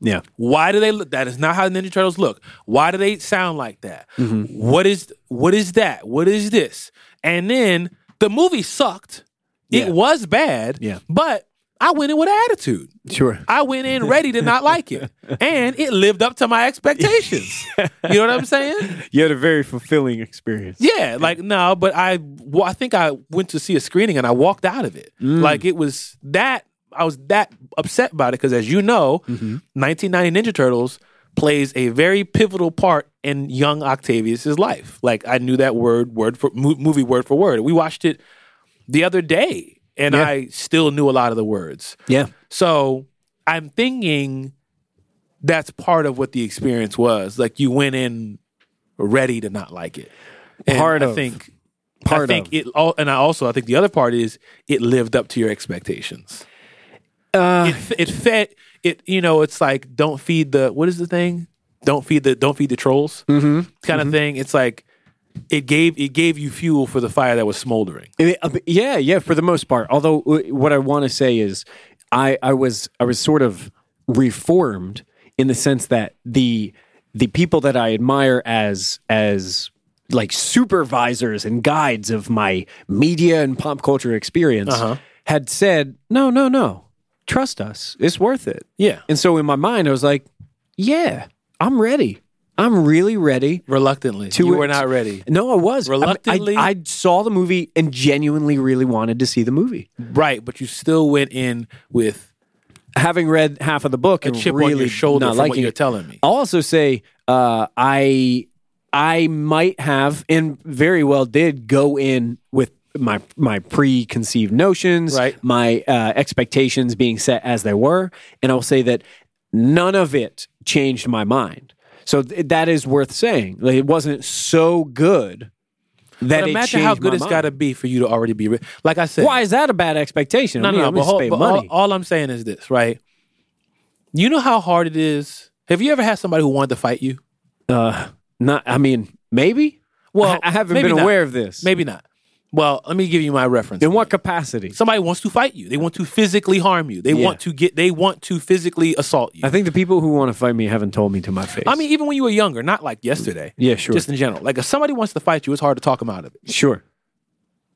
S2: Yeah.
S1: Why do they look? That is not how Ninja Turtles look. Why do they sound like that?
S2: Mm-hmm.
S1: What is what is that? What is this? And then the movie sucked.
S2: Yeah.
S1: It was bad.
S2: Yeah.
S1: But I went in with an attitude.
S2: Sure.
S1: I went in ready to not like it, and it lived up to my expectations. You know what I'm saying?
S2: You had a very fulfilling experience.
S1: Yeah, like no, but I, well, I think I went to see a screening and I walked out of it. Like it was that I was that upset about it because, as you know, 1990 Ninja Turtles plays a very pivotal part in young Octavius's life. Like I knew that word, word for mo- movie, word for word. We watched it the other day, and
S2: Yeah.
S1: I still knew a lot of the words.
S2: Yeah.
S1: So I'm thinking that's part of what the experience was. Like you went in ready to not like it. And
S2: Part
S1: I
S2: of.
S1: think I
S2: Part
S1: think
S2: of.
S1: it all and I also I think the other part is it lived up to your expectations.
S2: Uh,
S1: It f- it fed it you know it's like don't feed the what is the thing? Don't feed the don't feed the trolls
S2: Mm-hmm.
S1: kind of thing. It's like it gave it gave you fuel for the fire that was smoldering.
S2: I- I- yeah, yeah, for the most part. Although w- what I want to say is I I was I was sort of reformed in the sense that the the people that I admire as as like supervisors and guides of my media and pop culture experience had said, "No, no, no. Trust us. It's worth it."
S1: Yeah.
S2: And so in my mind I was like, "Yeah, I'm ready. I'm really ready."
S1: Reluctantly. you
S2: it-
S1: were not ready.
S2: No, I was. I- I-
S1: Reluctantly?
S2: I, saw the movie and genuinely really wanted to see the movie.
S1: Right, but you still went in with
S2: Having read half of the book and
S1: chip
S2: really
S1: on your shoulder
S2: not
S1: from
S2: liking
S1: what you're
S2: it.
S1: telling me.
S2: I'll also say uh, I I might have and very well did go in with my my preconceived notions,
S1: Right.
S2: my uh, expectations being set as they were, and I'll say that none of it changed my mind. So th- that is worth saying. Like, it wasn't so good that
S1: But
S2: it
S1: imagine
S2: changed
S1: how good
S2: my
S1: it's
S2: mind.
S1: got to be for you to already be rich. Like I said,
S2: Why is that a bad expectation?
S1: No,
S2: I mean,
S1: no, no.
S2: I'm
S1: But,
S2: gonna
S1: hold,
S2: spend
S1: but all,
S2: money.
S1: all I'm saying is this, right? You know how hard it is. Have you ever had somebody who wanted to fight you?
S2: uh, not. I mean, maybe.
S1: Well,
S2: I, I haven't
S1: maybe
S2: been
S1: not.
S2: aware of this.
S1: Maybe not. Well, let me give you my reference.
S2: In what capacity?
S1: Somebody wants to fight you. They want to physically harm you. They
S2: Yeah.
S1: want to get. They want to physically assault you.
S2: I think the people who want to fight me haven't told me to my face.
S1: I mean, even when you were younger, not like yesterday.
S2: yeah, sure,
S1: Just in general, like if somebody wants to fight you, it's hard to talk them out of it.
S2: sure.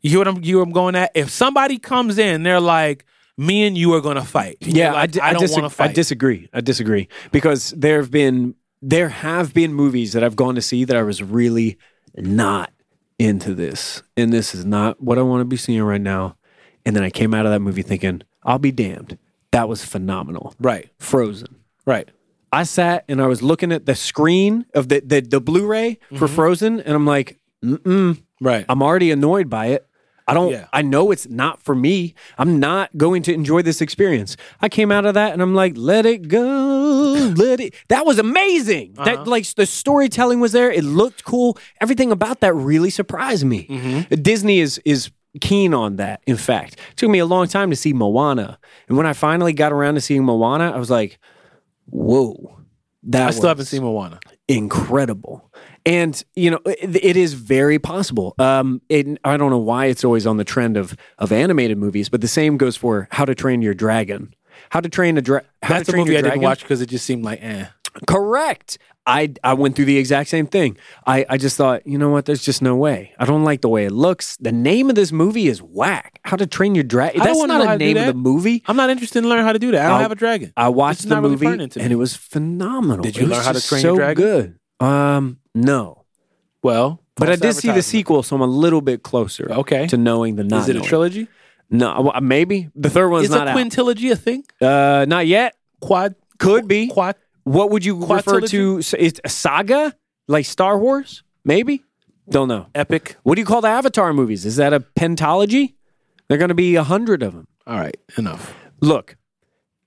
S1: You hear what I'm, you hear what I'm going at? If somebody comes in, they're like, me and you are going to fight. And you're
S2: Yeah,
S1: like,
S2: I, di-
S1: I,
S2: I,
S1: don't
S2: dis-
S1: want to
S2: I
S1: fight.
S2: disagree. I disagree because there have been there have been movies that I've gone to see that I was really not into this, and this is not what I want to be seeing right now. And then I came out of that movie thinking, "I'll be damned, that was phenomenal."
S1: right,
S2: Frozen.
S1: right.
S2: I sat and I was looking at the screen of the the, the Blu-ray for Frozen, and I'm like, mm-mm,
S1: Right.
S2: I'm already annoyed by it. I don't.
S1: Yeah.
S2: I know it's not for me. I'm not going to enjoy this experience. I came out of that and I'm like, let it go, let it. That was amazing.
S1: Uh-huh.
S2: That like the storytelling was there. It looked cool. Everything about that really surprised me.
S1: Mm-hmm.
S2: Disney is is keen on that. In fact, it took me a long time to see Moana, and when I finally got around to seeing Moana, I was like, whoa. That
S1: I still haven't seen Moana.
S2: incredible. And you know, it, it is very possible. Um, it, I don't know why it's always on the trend of of animated movies, but the same goes for How to Train Your Dragon. How to Train a Dragon.
S1: That's a movie I didn't watch because it just seemed like eh.
S2: Correct. I I went through the exact same thing. I I just thought, you know what? There's just no way. I don't like the way it looks. The name of this movie is whack. How to Train Your Dragon.
S1: I don't
S2: That's
S1: wanna
S2: not
S1: know how
S2: a
S1: to do
S2: name of
S1: that.
S2: the movie.
S1: I'm not interested in learning how to do that. I don't
S2: I'll-
S1: have a dragon.
S2: I watched
S1: It's
S2: the
S1: not really
S2: movie
S1: pertinent to me.
S2: and it was phenomenal.
S1: Did you
S2: It was
S1: learn how to
S2: just
S1: train
S2: so
S1: your dragon?
S2: Good. Um, no,
S1: Well,
S2: but I
S1: false
S2: did see the
S1: advertisement.
S2: sequel, so I'm a little bit closer.
S1: Okay.
S2: to knowing the not.
S1: Is it a
S2: knowing.
S1: trilogy?
S2: No, uh, well, maybe the third one's
S1: Is a
S2: not out.
S1: quintilogy a thing?
S2: uh, not yet.
S1: Quad
S2: Could be.
S1: quad
S2: What would you refer to?
S1: Quadrilogy?
S2: s- It's a saga like Star Wars? Maybe. Don't know.
S1: epic.
S2: What do you call the Avatar movies? Is that a pentology? They're going to be a hundred of them.
S1: All right, enough.
S2: Look,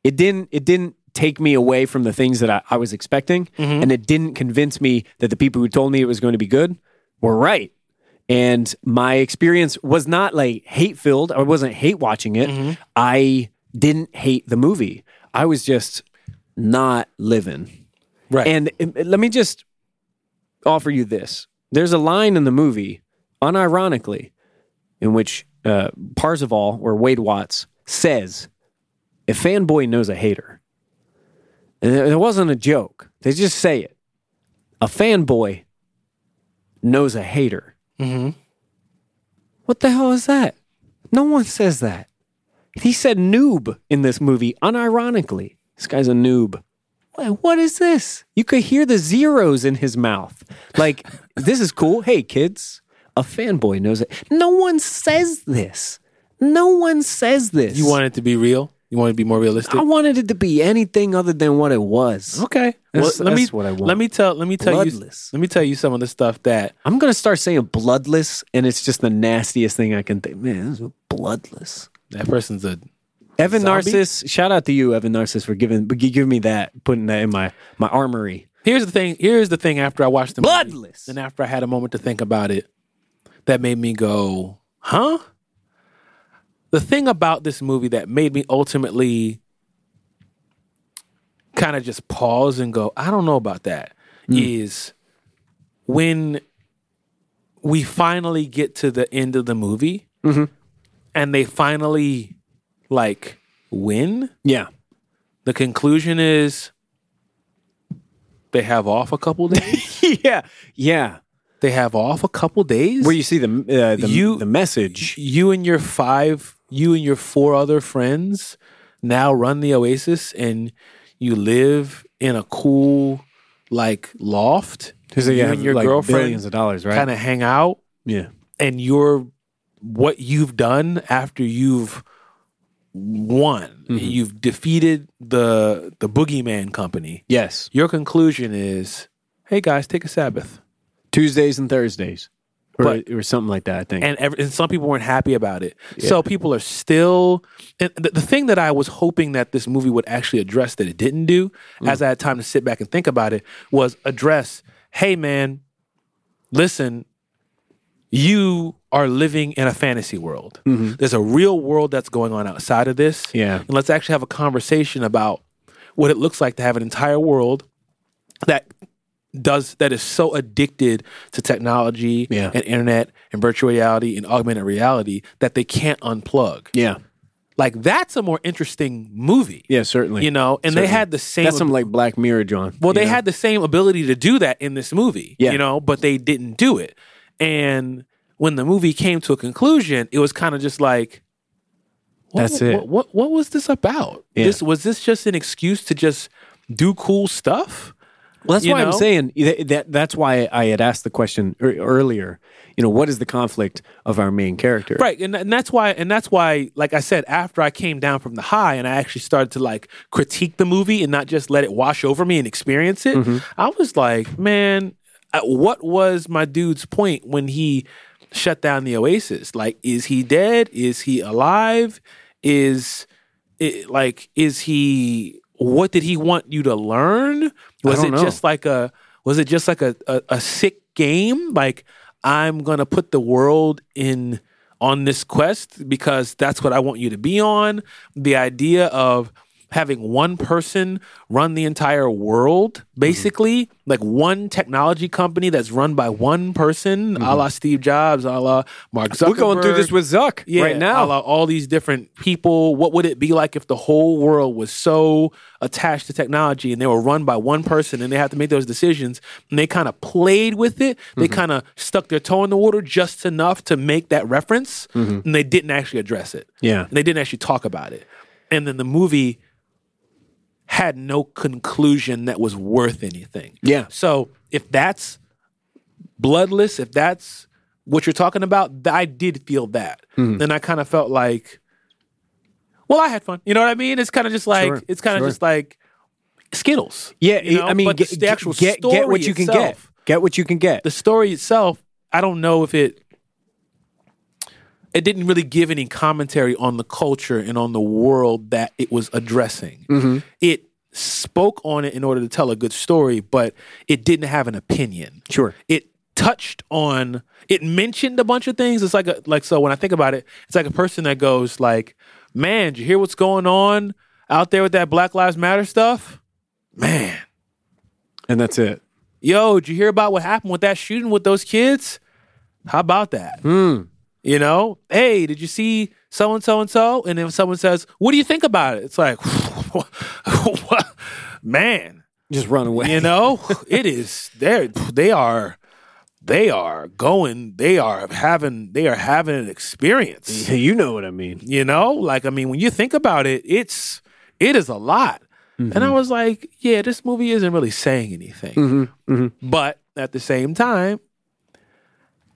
S2: it didn't. It didn't take me away from the things that I, I was expecting, and it didn't convince me that the people who told me it was going to be good were right. And my experience was not like hate filled. I wasn't hate watching it. I didn't hate the movie. I was just not living.
S1: Right.
S2: And um, let me just offer you this. There's a line in the movie, unironically, in which uh, Parzival or Wade Watts says, "A fanboy knows a hater," and it it wasn't a joke. They just say it. A fanboy knows a hater.
S1: Mm-hmm.
S2: What the hell is that? No one says that. He said noob in this movie, unironically. This guy's a noob. What, what is this? You could hear the zeros in his mouth. Like, this is cool. Hey, kids, a fanboy knows it. No one says this. No one says this.
S1: you want it to be real? You want it to be more realistic?
S2: I wanted it to be anything other than what it was.
S1: okay.
S2: That's-
S1: let
S2: that's
S1: me
S2: what I want.
S1: let me tell let me tell
S2: Bloodless.
S1: you let me tell you some of the stuff that
S2: I'm going to start saying bloodless, and it's just the nastiest thing I can think. Man, this is bloodless.
S1: that person's a
S2: Evan
S1: Zombie?
S2: Narciss, shout out to you, Evan Narciss, for giving for gi- giving me that, putting that in my my armory.
S1: Here's the thing. Here's the thing. After I watched the movie,
S2: Bloodless.
S1: and after I had a moment to think about it, that made me go, "Huh." The thing about this movie that made me ultimately kind of just pause and go, "I don't know about that," is when we finally get to the end of the movie, and they finally like win
S2: Yeah,
S1: the conclusion is they have off a couple days.
S2: yeah, yeah.
S1: they have off a couple days.
S2: Where you see the uh, the,
S1: You-
S2: the message?
S1: you and your five, you and your four other friends now run the Oasis and you live in a cool like loft. you and your
S2: billions
S1: girlfriend
S2: of dollars, right?
S1: kind of hang out
S2: yeah,
S1: and your what you've done after you've won.
S2: Mm-hmm.
S1: You've defeated the the boogeyman company.
S2: yes.
S1: your conclusion is, hey guys, take a Sabbath.
S2: Tuesdays and Thursdays, or,
S1: But-
S2: or something like that. I think.
S1: And, every, and some people weren't happy about it. So people are still. And the, the thing that I was hoping that this movie would actually address that it didn't do, as I had time to sit back and think about it, was address hey man, listen, you are living in a fantasy world. There's a real world that's going on outside of this.
S2: Yeah.
S1: And let's actually have a conversation about what it looks like to have an entire world that does that is so addicted to technology
S2: Yeah.
S1: and internet and virtual reality and augmented reality that they can't unplug.
S2: yeah,
S1: Like that's a more interesting movie.
S2: yeah, certainly.
S1: You know, and they
S2: Certainly.
S1: had the same
S2: that's some like Black Mirror, John.
S1: well,
S2: you
S1: they
S2: know?
S1: had the same ability to do that in this movie,
S2: Yeah.
S1: you know, but they didn't do it. And when the movie came to a conclusion, it was kind of just like, what,
S2: That's it.
S1: What, what what was this about?
S2: Yeah.
S1: This was this just an excuse to just do cool stuff?
S2: Well, that's
S1: you
S2: why I'm
S1: know?
S2: saying that, that. That's why I had asked the question ear- earlier. You know, what is the conflict of our main character?
S1: right and, and that's why and that's why like i said after i came down from the high and i actually started to like critique the movie and not just let it wash over me and experience it
S2: Mm-hmm.
S1: i was like man uh, what was my dude's point when he shut down the oasis like is he dead is he alive is it, like is he what did he want you to learn was
S2: don't
S1: it
S2: know.
S1: just like a was it just like a, a, a sick game like i'm gonna put the world in on this quest because that's what i want you to be on the idea of having one person run the entire world,
S2: Mm-hmm.
S1: basically, like one technology company that's run by one person, a la Steve Jobs, a la Mark Zuckerberg.
S2: Mm-hmm. We're going through this with Zuck
S1: Yeah,
S2: right
S1: a
S2: now.
S1: la all these different people. What would it be like if the whole world was so attached to technology and they were run by one person and they had to make those decisions? And they kind of played with it.
S2: Mm-hmm.
S1: They kind of stuck their toe in the water just enough to make that reference,
S2: Mm-hmm.
S1: and they didn't actually address it.
S2: Yeah.
S1: And they didn't actually talk about it. And then the movie had no conclusion that was worth anything.
S2: Yeah.
S1: So if that's bloodless, if that's what you're talking about, th- I did feel that.
S2: Mm-hmm.
S1: And I kind of felt like, well, I had fun. You know what I mean? It's kind of just like,
S2: Sure,
S1: it's kind of
S2: sure.
S1: just like Skittles.
S2: Yeah,
S1: you know?
S2: I mean,
S1: but
S2: get,
S1: the, the actual
S2: get,
S1: story
S2: get what you can get.
S1: itself-
S2: Get what you can get.
S1: the story itself, I don't know if it it didn't really give any commentary on the culture and on the world that it was addressing. It spoke on it in order to tell a good story, but it didn't have an opinion.
S2: Sure.
S1: It touched on it mentioned a bunch of things. It's like a like so when I think about it, it's like a person that goes like, "Man, did you hear what's going on out there with that Black Lives Matter stuff?" Man,
S2: And that's it.
S1: yo, did you hear about what happened with that shooting with those kids? How about that? You know, hey, did you see so and so and so? And if someone says, what do you think about it? It's like, man,
S2: Just run away.
S1: you know, it is there. They are, they are going. They are having. They are having an experience.
S2: you know what I mean.
S1: You know, like I mean, when you think about it, it's it is a lot. And
S2: Mm-hmm.
S1: I was like, yeah, this movie isn't really saying anything.
S2: Mm-hmm.
S1: But at the same time,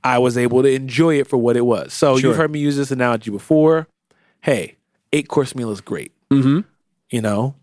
S1: I was able to enjoy it for what it was. So
S2: Sure.
S1: you've heard me use this analogy before. Hey, eight course meal is great,
S2: Mm-hmm.
S1: you know?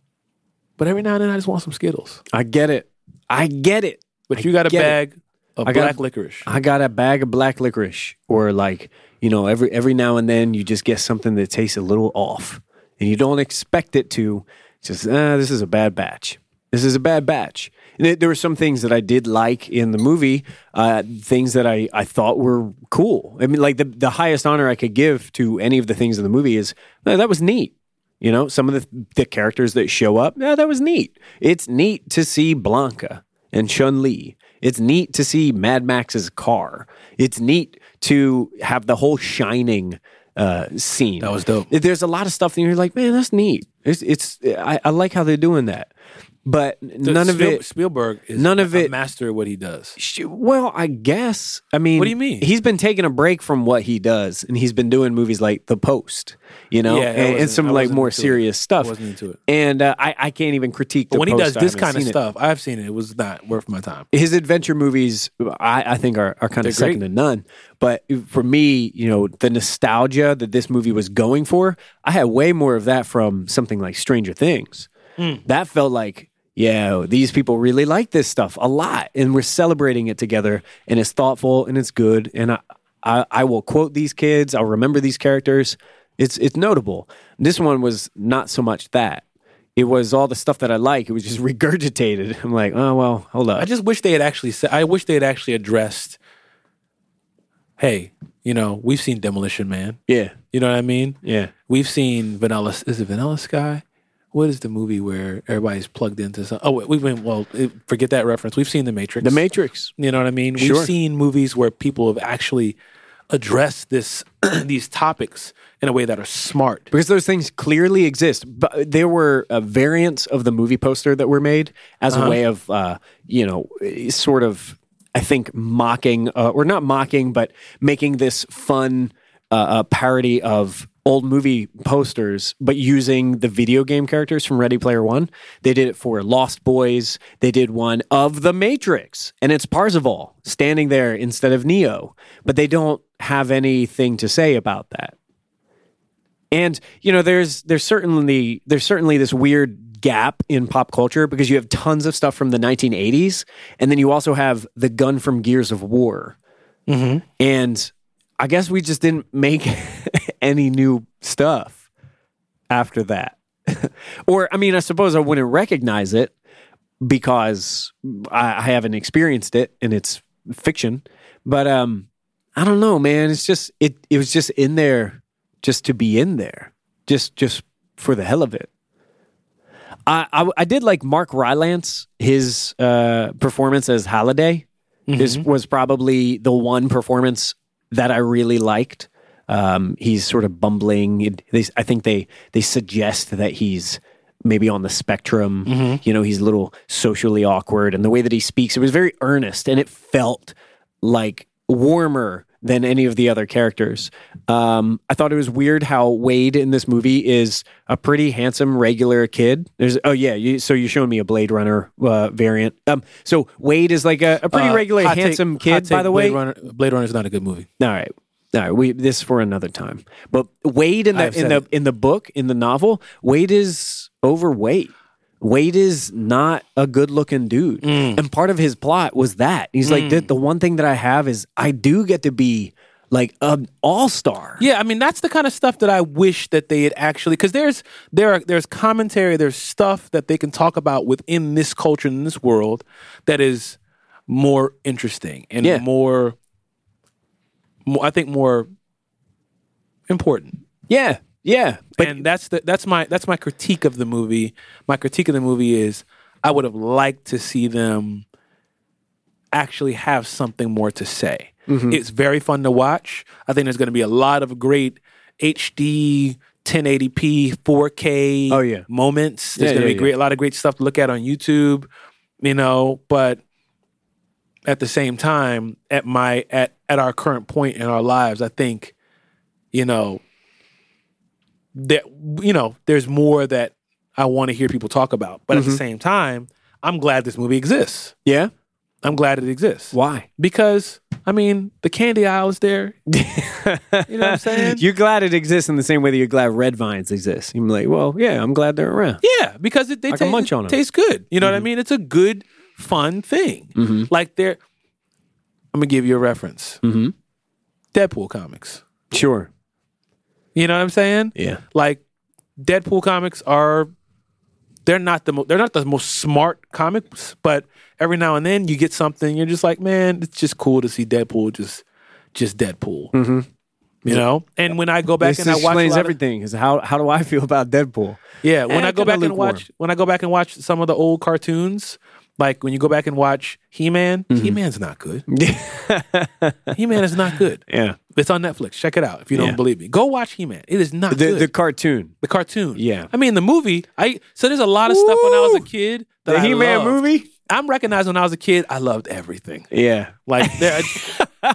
S1: But every now and then I just want some Skittles.
S2: I get it. I get it.
S1: But you got a
S2: get it.
S1: bag of
S2: I got-
S1: black licorice.
S2: I got a bag of black licorice, or like you know, every every now and then you just get something that tastes a little off, and you don't expect it to. It's Just ah, this is a bad batch. This is a bad batch. And it, there were some things that I did like in the movie, uh, things that I, I thought were cool. I mean, like the, the highest honor I could give to any of the things in the movie is "Oh, that was neat. You know, some of the, the characters that show up, yeah, that was neat. It's neat to see Blanca and Chun Li. It's neat to see Mad Max's car. It's neat to have the whole Shining uh, scene.
S1: That was dope.
S2: There's a lot of stuff that you're like, man, that's neat. It's, it's I, I like how they're doing that, but none of
S1: Spiel-
S2: it.
S1: Spielberg is
S2: none of
S1: a
S2: it-
S1: master at what he does.
S2: Sh- Well, I guess. I mean,
S1: What do you mean?
S2: He's been taking a break from what he does, and he's been doing movies like The Post, you know,
S1: Yeah, I
S2: and, and
S1: wasn't-
S2: some
S1: I
S2: like
S1: wasn't
S2: more
S1: into it.
S2: serious stuff.
S1: I wasn't into it.
S2: And uh, I, I can't even critique. The
S1: when he
S2: Post.
S1: does
S2: I
S1: this
S2: haven't
S1: kind of
S2: seen it.
S1: stuff, I've seen it. It was not worth my time.
S2: His adventure movies, I, I think, are, are kind of second to none. But for me, you know, the nostalgia that this movie was going for, I had way more of that from something like Stranger Things. That felt like, yeah, these people really like this stuff a lot, and we're celebrating it together, and it's thoughtful and it's good, and I, I, I will quote these kids, I'll remember these characters. It's it's notable. This one was not so much that. It was all the stuff that I like. It was just regurgitated. I'm like, oh well, hold up.
S1: I just wish they had actually said. I wish they had actually addressed. Hey, you know we've seen Demolition Man.
S2: Yeah,
S1: You know what I mean?
S2: yeah.
S1: We've seen Vanilla. Is it Vanilla Sky? What is the movie where everybody's plugged into some? Oh, wait, we've been. Well, it, forget that reference. We've seen The Matrix.
S2: The Matrix.
S1: You know what I mean?
S2: Sure.
S1: We've seen movies where people have actually addressed this these topics in a way that are smart.
S2: Because those things clearly exist, but there were uh, variants of the movie poster that were made as a way of, uh, you know, eh, sort of, I think, mocking uh, or not mocking, but making this fun uh, uh, parody of old movie posters, but using the video game characters from Ready Player One. They did it for Lost Boys. They did one of The Matrix, and it's Parzival standing there instead of Neo, but they don't have anything to say about that. And you know, there's there's certainly there's certainly this weird gap in pop culture because you have tons of stuff from the 1980s, and then you also have the gun from Gears of War. And I guess we just didn't make any new stuff after that. or I mean, I suppose I wouldn't recognize it because I, I haven't experienced it and it's fiction. But um, I don't know, man. It's just it. It was just in there, just to be in there, just just for the hell of it. I, I I did like Mark Rylance. His uh, performance as Halliday is was probably the one performance that I really liked. Um, he's sort of bumbling. It- They, I think they they suggest that he's maybe on the spectrum. You know, he's a little socially awkward, and the way that he speaks, it was very earnest, and it felt like warmer than any of the other characters. Um, I thought it was weird how Wade in this movie is a pretty handsome regular kid. There's oh yeah, you, so you're showing me a Blade Runner uh, variant. Um, so Wade is like a, a pretty
S1: Uh,
S2: regular
S1: hot take-
S2: handsome
S1: hot
S2: kid,
S1: take,
S2: by the
S1: Blade
S2: way.
S1: Runner, Blade Runner's not a good movie.
S2: All right. All right, we this is for another time. But Wade in
S1: I've
S2: the in
S1: said
S2: the
S1: it.
S2: in the book in the novel, Wade is overweight. Wade is not a good looking dude,
S1: Mm.
S2: and part of his plot was that he's like the, the one thing that I have is I do get to be like an all star.
S1: Yeah, I mean that's the kind of stuff that I wish that they had actually because there's there are, there's commentary, there's stuff that they can talk about within this culture and this world that is more interesting and
S2: Yeah.
S1: more, more, I think more important.
S2: yeah, yeah. But
S1: and that's the that's my that's my critique of the movie. My critique of the movie is I would have liked to see them actually have something more to say.
S2: Mm-hmm.
S1: It's very fun to watch. I think there's going to be a lot of great HD 1080p 4K
S2: Oh, yeah.
S1: moments. There's
S2: Yeah,
S1: going to
S2: yeah,
S1: be great a lot of great stuff to look at on YouTube, you know, but at the same time at my at at our current point in our lives, I think you know that you know there's more that I want to hear people talk about. But
S2: Mm-hmm.
S1: at the same time, I'm glad this movie exists.
S2: yeah,
S1: I'm glad it exists.
S2: why?
S1: Because I mean, the candy aisle is there. you know what I'm saying?
S2: You're glad it exists in the same way that you're glad red vines exist. You're like, well, yeah, I'm glad they're around.
S1: Yeah, because it they
S2: can
S1: ta- it
S2: munch on Mm-hmm. 'em.
S1: tastes good. You know what I mean? It's a good, fun thing.
S2: Mm-hmm.
S1: Like there, I'm gonna give you a reference. Mm-hmm. Deadpool comics.
S2: Sure.
S1: You know what I'm saying?
S2: Yeah.
S1: Like Deadpool comics are they're not the mo- they're not the most smart comics, but every now and then you get something you're just like, man, it's just cool to see Deadpool just just Deadpool. Mm-hmm. You know, and when I go back
S2: This
S1: and I watch a
S2: explains
S1: lot of-
S2: everything. Is how how do I feel about Deadpool?
S1: Yeah, when
S2: Eh,
S1: I go
S2: kinda
S1: back and
S2: lukewarm.
S1: watch when I go back and watch some of the old cartoons, like when you go back and watch He Man,
S2: Mm-hmm.
S1: He Man's not good. He Man is not good.
S2: Yeah.
S1: It's on Netflix. Check it out if you
S2: Yeah.
S1: don't believe me. Go watch He Man. It is not
S2: The
S1: good.
S2: the cartoon.
S1: The cartoon.
S2: Yeah.
S1: I mean the movie. I so there's a lot of stuff when I was a
S2: Woo!
S1: kid that
S2: The
S1: I
S2: He Man
S1: loved.
S2: movie?
S1: I'm recognized when I was a kid. I loved everything.
S2: Yeah.
S1: Like there,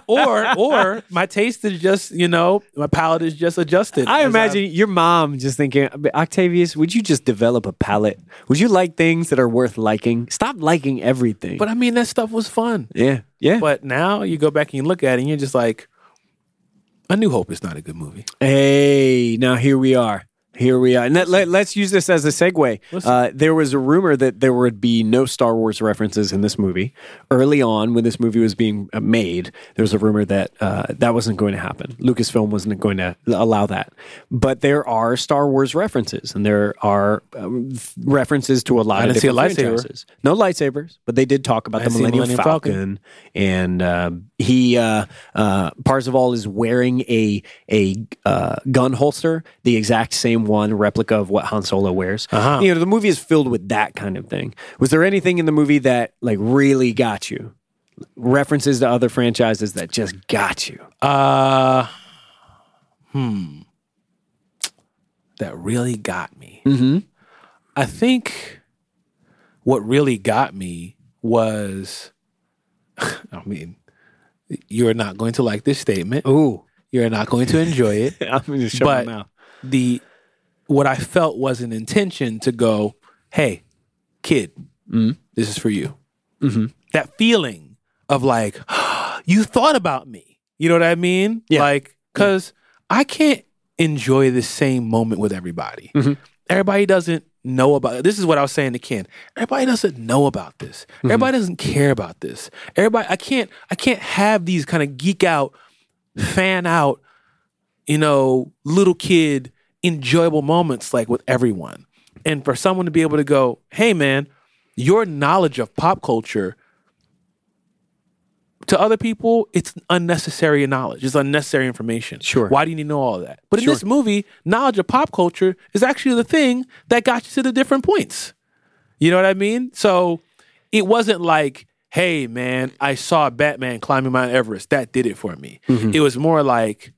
S1: or or my taste is just you know my palate is just adjusted.
S2: I
S1: as
S2: imagine your mom just thinking, Octavius, would you just develop a palate? Would you like things that are worth liking? Stop liking everything.
S1: But I mean that stuff was fun.
S2: yeah. Yeah.
S1: But now you go back and you look at it and you're just like, A New Hope is not a good movie.
S2: Hey, now here we are. Here we are. And let, let, us use this as a segue. Uh, there was a rumor that there would be no Star Wars references in this movie. Early on, when this movie was being uh, made, there was a rumor that uh, that wasn't going to happen. Lucasfilm wasn't going to allow that. But there are Star Wars references, and there are um, f- references to a lot
S1: I
S2: of
S1: didn't see a
S2: different
S1: lightsaber.
S2: franchises. No lightsabers, but they did talk about the
S1: didn't see
S2: Millennium,
S1: Millennium
S2: Falcon
S1: Falcon.
S2: in, and uh, he uh, uh, Parzival is wearing a a uh, gun holster, the exact same one replica of what Han Solo wears.
S1: Uh-huh.
S2: You know, the movie is filled with that kind of thing. Was there anything in the movie that like really got you? References to other franchises that just got you.
S1: Uh, hmm. That really got me. Mm-hmm. I think what really got me was, I mean, you're not going to like this statement.
S2: Ooh,
S1: You're not going to enjoy it.
S2: I'm gonna shut
S1: but the what I felt was an intention to go, hey, kid,
S2: Mm-hmm.
S1: this is for you. That feeling of like, you thought about me. You know what I mean?
S2: Yeah.
S1: Like, because I can't enjoy the same moment with everybody.
S2: Mm-hmm.
S1: Everybody doesn't know about this is what I was saying to Ken. Everybody doesn't know about this.
S2: Mm-hmm.
S1: Everybody doesn't care about this. Everybody I can't I can't have these kind of geek out, fan out you know, little kid enjoyable moments like with everyone. And for someone to be able to go, hey man, your knowledge of pop culture to other people, it's unnecessary knowledge. It's unnecessary information.
S2: Sure.
S1: Why do you need to know all of that? But
S2: Sure.
S1: in this movie, knowledge of pop culture is actually the thing that got you to the different points. You know what I mean? So it wasn't like, hey, man, I saw Batman climbing Mount Everest. That did it for me.
S2: Mm-hmm.
S1: It was more like,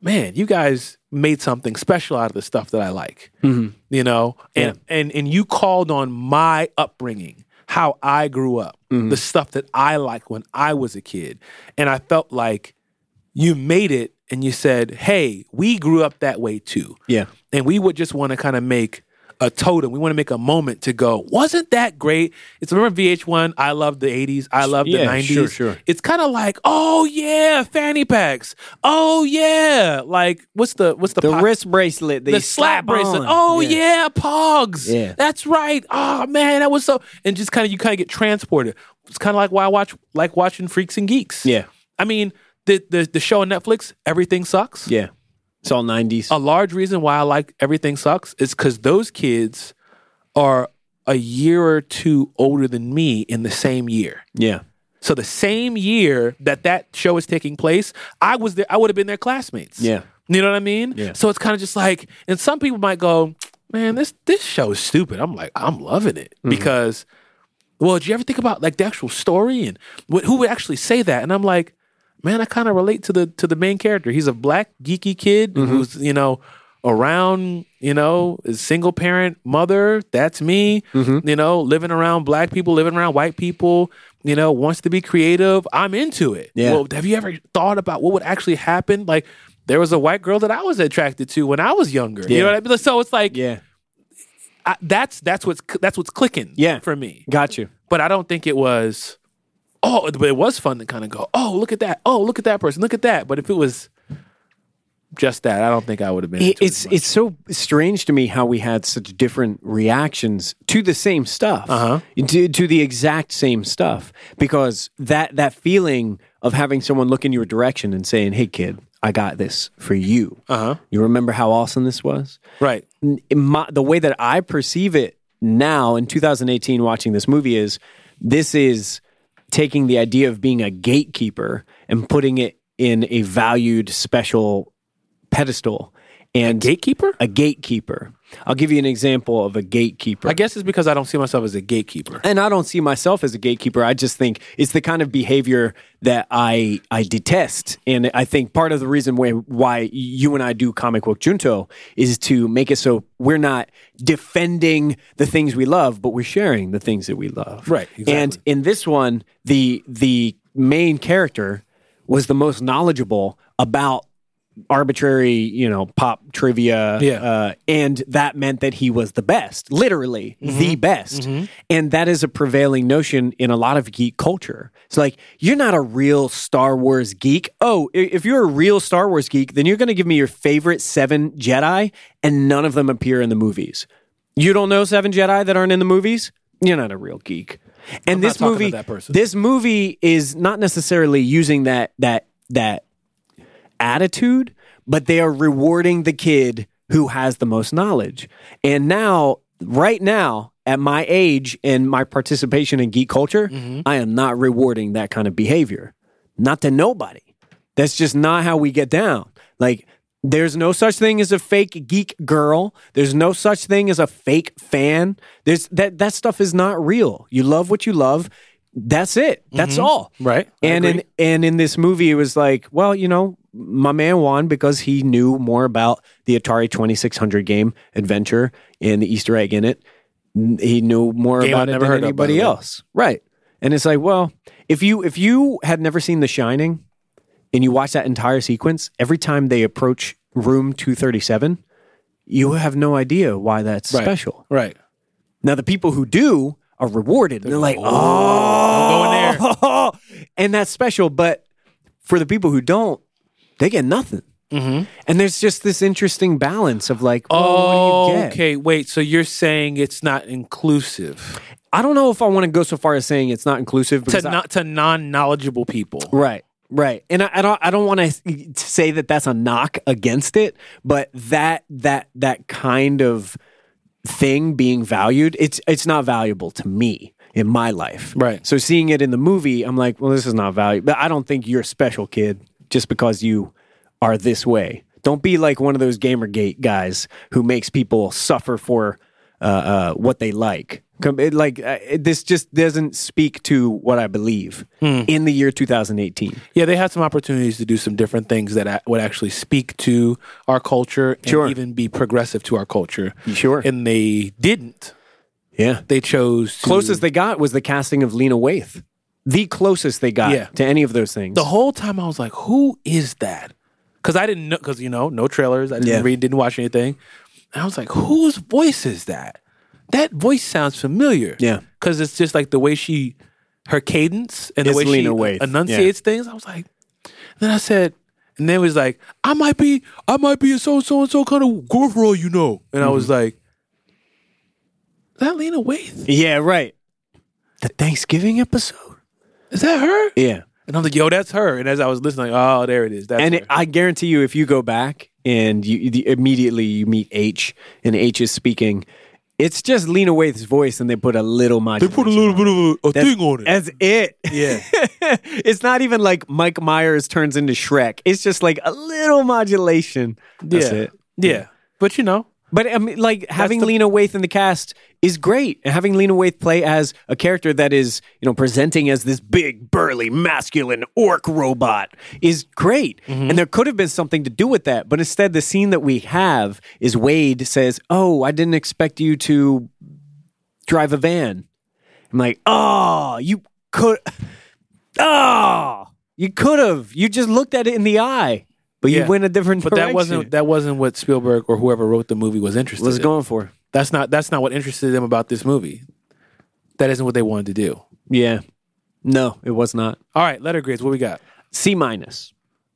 S1: man, you guys made something special out of the stuff that I like. You know, and and and you called on my upbringing, how I grew up, the stuff that I liked when I was a kid, and I felt like you made it, and you said, "Hey, we grew up that way too."
S2: Yeah.
S1: and we would just want to kind of make a totem. We want to make a moment to go, wasn't that great? It's remember VH1, I love the 80s, I love the
S2: Yeah,
S1: 90s.
S2: sure, sure.
S1: It's kind of like, oh yeah, fanny packs. Oh yeah, like what's the what's the
S2: The
S1: pop-
S2: wrist bracelet, that
S1: the
S2: you
S1: slap
S2: slap
S1: bracelet.
S2: on.
S1: Oh yeah. pogs.
S2: Yeah.
S1: that's right. Oh man, that was so. And just kind of you kind of get transported. It's kind of like why I watch like watching Freaks and Geeks.
S2: Yeah.
S1: I mean the the, the show on Netflix, everything sucks
S2: Yeah. It's all 90s.
S1: a large reason why I like Everything Sucks is because those kids are a year or two older than me in the same year.
S2: yeah.
S1: So the same year that that show is taking place, I was there. I would have been their classmates.
S2: Yeah.
S1: you know what I mean.
S2: Yeah.
S1: So it's kind of just like, and some people might go, "Man, this this show is stupid." I'm like, I'm loving it
S2: Mm-hmm.
S1: because, well, did you ever think about like the actual story and what, who would actually say that? And I'm like, man, I kind of relate to the to the main character. He's a black geeky kid
S2: Mm-hmm.
S1: who's you know around you know a single parent mother. That's me.
S2: Mm-hmm.
S1: You know, living around black people, living around white people. You know, wants to be creative. I'm into it.
S2: Yeah.
S1: Well, have you ever thought about what would actually happen? Like, there was a white girl that I was attracted to when I was younger. You
S2: Yeah.
S1: know what I mean? So it's like
S2: Yeah.
S1: I, that's that's what's that's what's clicking.
S2: Yeah.
S1: for me
S2: Got you.
S1: but I don't think it was. Oh, but it was fun to kind of go. Oh, look at that. Oh, look at that person. Look at that. But if it was just that, I don't think I would have been.
S2: It-
S1: into it
S2: it's
S1: as much.
S2: it's so strange to me how we had such different reactions to the same stuff,
S1: Uh-huh.
S2: to, to the exact same stuff, because that that feeling of having someone look in your direction and saying, "Hey, kid, I got this for you."
S1: Uh-huh.
S2: You remember how awesome this was?
S1: right.
S2: N- in my, the way that I perceive it now in 2018, watching this movie is this is taking the idea of being a gatekeeper and putting it in a valued special pedestal and
S1: Gatekeeper.
S2: a gatekeeper. I'll give you an example of a gatekeeper.
S1: I guess it's because I don't see myself as a gatekeeper.
S2: and I don't see myself as a gatekeeper. I just think it's the kind of behavior that I I detest, and I think part of the reason why why you and I do comic book junto is to make it so we're not defending the things we love, but we're sharing the things that we love.
S1: Right, exactly.
S2: And in this one, the the main character was the most knowledgeable about arbitrary, you know, pop trivia.
S1: Yeah.
S2: Uh, and that meant that he was the best, literally
S1: Mm-hmm.
S2: the best. And that is a prevailing notion in a lot of geek culture. It's like, you're not a real Star Wars geek. Oh, i- if you're a real Star Wars geek, then you're going to give me your favorite seven Jedi, and none of them appear in the movies. You don't know seven Jedi that aren't in the movies? You're not a real geek. And this
S1: talking to
S2: movie,
S1: that person.
S2: this movie is not necessarily using that that that attitude, but they are rewarding the kid who has the most knowledge. And now, right now, at my age and my participation in geek culture, I am not rewarding that kind of behavior. Not to nobody. That's just not how we get down. Like, there's no such thing as a fake geek girl. There's no such thing as a fake fan. There's that that stuff is not real. You love what you love. That's it. That's all.
S1: Right. I
S2: And in
S1: agree.
S2: and in this movie, it was like, well, you know, my man won because he knew more about the Atari Twenty Six Hundred game adventure and the Easter egg in it. N- He knew more
S1: Game I've
S2: about it
S1: never
S2: than
S1: heard of, by
S2: anybody
S1: the way.
S2: else, right? And it's like, well, if you if you had never seen The Shining, and you watch that entire sequence, every time they approach room two thirty seven, you have no idea why that's special.
S1: Right.
S2: Now the people who do are rewarded. They're, like,
S1: I'm going
S2: oh, and that's special. But for the people who don't, they get nothing.
S1: Mm-hmm.
S2: And there's just this interesting balance of like, oh, what do you get?
S1: okay. Wait. So you're saying it's not inclusive
S2: I don't know if I want to go so far as saying it's not inclusive
S1: to
S2: because I-
S1: not to non-knowledgeable people?
S2: right, right. And I, I don't, I don't want to say that that's a knock against it, but that that that kind of thing being valued, it's it's not valuable to me in my life.
S1: Right.
S2: So seeing it in the movie, I'm like, well, this is not valuable. But I don't think you're a special kid just because you are this way. Don't be like one of those Gamergate guys who makes people suffer for uh, uh, what they like. Com- it, like uh, it, this just doesn't speak to what I believe
S1: Hmm.
S2: in the year 2018.
S1: Yeah, they had some opportunities to do some different things that a- would actually speak to our culture and
S2: Sure.
S1: even be progressive to our culture.
S2: Sure.
S1: And they didn't.
S2: Yeah.
S1: They chose to,
S2: Closest they got was the casting of Lena Waithe. The closest they got
S1: Yeah.
S2: to any of those things.
S1: the whole time I was like, who is that? Because I didn't know, because you know, no trailers. I didn't
S2: Yeah.
S1: read, didn't watch anything. And I was like, whose voice is that? That voice sounds familiar.
S2: Yeah.
S1: Because it's just like the way she, her cadence and
S2: It's
S1: the way
S2: Lena
S1: she
S2: Waithe.
S1: enunciates things. I was like, then I said, and then it was like, I might be, I might be a so so and so kind of girl for all you know. And I
S2: Mm-hmm.
S1: was like, is that Lena Waithe?
S2: yeah, right. The Thanksgiving episode.
S1: Is that her?
S2: Yeah.
S1: And I'm like, yo, that's her. And as I was listening, like, oh, there it is. That's
S2: And
S1: her.
S2: it, I guarantee you, if you go back and you the, immediately you meet H and H is speaking, it's just Lena Waithe's voice, and they put a little modulation.
S1: bit of a, a
S2: That's- That's it.
S1: Yeah.
S2: it's not even like Mike Myers turns into Shrek. It's just like a little modulation. That's
S1: yeah.
S2: it.
S1: Yeah. But you know,
S2: But I mean, like having
S1: the-
S2: Lena Waithe in the cast is great, and having Lena Waithe play as a character that is, you know, presenting as this big, burly, masculine orc robot is great.
S1: Mm-hmm.
S2: And there could have been something to do with that, but instead, the scene that we have is Wade says, "Oh, I didn't expect you to drive a van." I'm like, "Oh, you could, oh, you could have. You just looked at it in the eye, but
S1: Yeah.
S2: you went a different
S1: but
S2: direction."
S1: that wasn't that wasn't what Spielberg or whoever wrote the movie was interested
S2: was
S1: in.
S2: going for.
S1: That's not that's not what interested them about this movie. That isn't what they wanted to do.
S2: Yeah. No, it was not.
S1: All right, letter grades, what we got?
S2: C minus.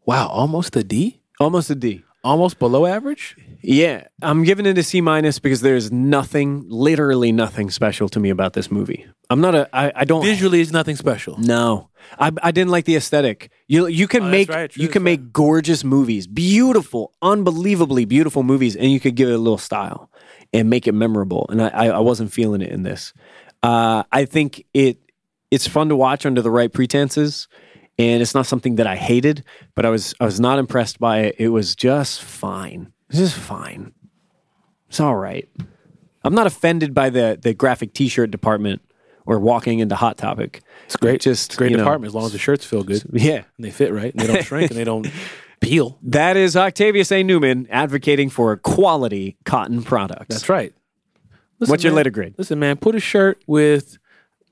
S1: Wow, almost a D?
S2: Almost a D.
S1: Almost below average?
S2: Yeah. I'm giving it a C minus because there's nothing, literally nothing special to me about this movie. I'm not a I, I don't
S1: Visually it's nothing special.
S2: No. I, I didn't like the aesthetic. You you can
S1: Oh, that's
S2: make
S1: right, true,
S2: you can
S1: that's
S2: make gorgeous movies, beautiful, unbelievably beautiful movies, and you could give it a little style and make it memorable. And I I, I wasn't feeling it in this. Uh, I think it it's fun to watch under the right pretenses, and it's not something that I hated, but I was I was not impressed by it. It was just fine. It's just fine. It's all right. I'm not offended by the the graphic T-shirt department or walking into Hot Topic. It's
S1: Great.
S2: just
S1: It's a great
S2: you know,
S1: department as long as the shirts feel good and
S2: yeah.
S1: they fit right and they don't shrink and they don't peel.
S2: That is Octavius A. Newman advocating for quality cotton products.
S1: That's right. Listen,
S2: What's your
S1: man,
S2: letter grade?
S1: Listen, man, put a shirt with,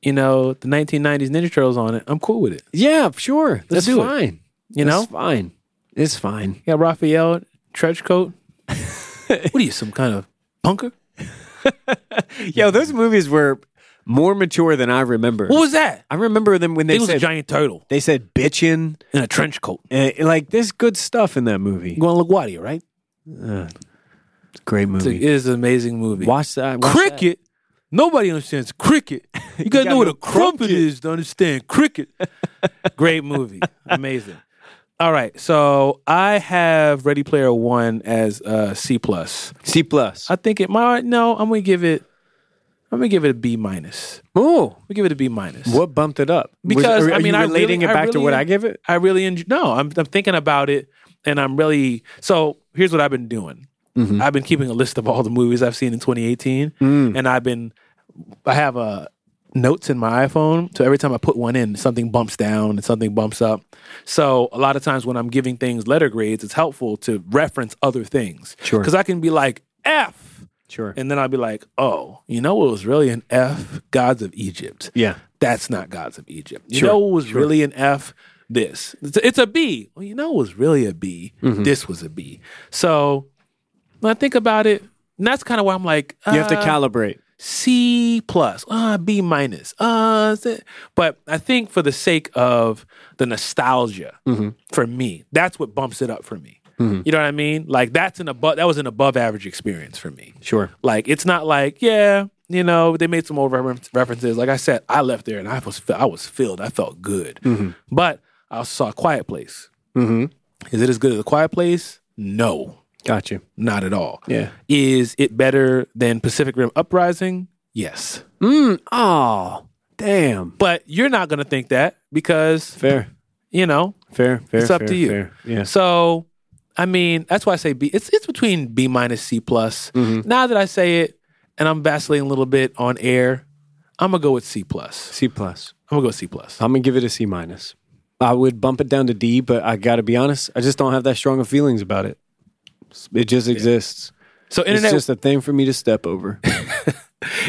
S1: you know, the 1990s Ninja Turtles on it. I'm cool with it.
S2: Yeah, sure. That's
S1: do it.
S2: fine.
S1: You know?
S2: It's fine. It's fine.
S1: Yeah, Raphael trench coat. what are you, some kind of punker?
S2: Yo, those movies were more mature than I remember.
S1: What was that?
S2: I remember them when
S1: I
S2: they
S1: think it was a
S2: said
S1: giant turtle
S2: they said bitchin'.
S1: in a trench coat.
S2: Uh, like there's good stuff in that movie.
S1: You going to LaGuardia, right?
S2: Great
S1: It's a-
S2: movie.
S1: It is an amazing movie.
S2: Watch that. watch that.
S1: cricket. Nobody understands cricket. You gotta
S2: gotta
S1: know what
S2: know
S1: a crumpet
S2: crumpet.
S1: is to understand cricket. Great movie. Amazing. All right. So I have Ready Player One as uh C plus.
S2: C plus.
S1: I think it might no, I'm gonna give it I'm gonna give it a B minus.
S2: Oh,
S1: We give it a B minus.
S2: what bumped it up? Was-
S1: because
S2: are, are
S1: I mean,
S2: you
S1: I
S2: relating
S1: really-
S2: it
S1: I
S2: back to
S1: really
S2: what
S1: en-
S2: I give it.
S1: I really enjoy. No, I'm I'm thinking about it, and I'm really so. Here's what I've been doing. I've been keeping a list of all the movies I've seen in 2018, and I've been I have a notes in my iPhone, so every time I put one in, something bumps down and something bumps up. So a lot of times when I'm giving things letter grades, it's helpful to reference other things.
S2: Sure.
S1: because I can be like F.
S2: Sure.
S1: And then I'll be like, oh, you know what was really an F? Gods of Egypt
S2: Yeah.
S1: that's not gods of Egypt. You
S2: Sure,
S1: know what was really an F? This. It's a, it's a B. Well, you know what was really a B?
S2: Mm-hmm.
S1: This was a B. So when I think about it, and that's kind of why I'm like, uh,
S2: You have to calibrate.
S1: C plus, uh, B minus, uh, is it- but I think for the sake of the nostalgia
S2: Mm-hmm.
S1: for me, that's what bumps it up for me. You know what I mean? Like that's an above, that was an above average experience for me.
S2: Sure.
S1: Like it's not like yeah, you know, they made some old refer- references. Like I said, I left there and I was I was filled. I felt good, but I also saw a Quiet Place. Mm-hmm. Is it as good as a Quiet Place? No,
S2: Got you.
S1: not at all.
S2: Yeah.
S1: Is it better than Pacific Rim Uprising? Yes,
S2: Mm, oh, damn.
S1: but you're not gonna think that because
S2: Fair,
S1: you know.
S2: fair, fair.
S1: It's up
S2: fair,
S1: to you.
S2: Fair. Yeah.
S1: So, I mean, that's why I say B. It's it's
S2: Mm-hmm.
S1: between B minus C plus. Now that I say it, and I'm vacillating a little bit on air. I'm gonna go with C plus.
S2: C plus.
S1: I'm gonna go with C plus.
S2: I'm gonna give it a C minus. I would bump it down to D, but I gotta be honest, I just don't have that strong of feelings about it. It just exists.
S1: So
S2: It's
S1: internet,
S2: just a thing for me to step over.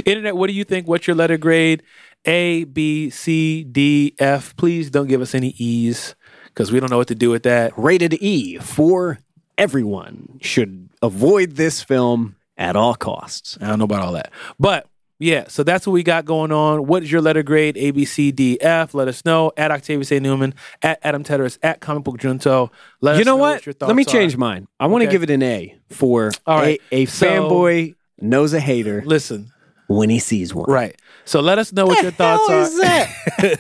S1: internet. What do you think? What's your letter grade? A, B, C, D, F. Please don't give us any E's because we don't know what to do with that.
S2: Rated E for everyone should avoid this film at all costs.
S1: I don't know about all that. But yeah, so that's what we got going on. What is your letter grade? A, B, C, D, F. Let us know at Octavius A. Newman, at Adam Tedderus, at Comic Book Junto. Let
S2: you
S1: us
S2: know
S1: what?
S2: what?
S1: your
S2: Let me
S1: thoughts are.
S2: change mine. I want to
S1: Okay.
S2: give it an A for
S1: All right.
S2: a, a
S1: So-
S2: fanboy knows a hater
S1: Listen,
S2: when he sees one.
S1: right. So let us know what your thoughts
S2: Hell
S1: are.
S2: is that?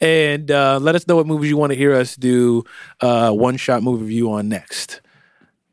S1: and uh, let us know what movies you want to hear us do uh, one shot movie review on next.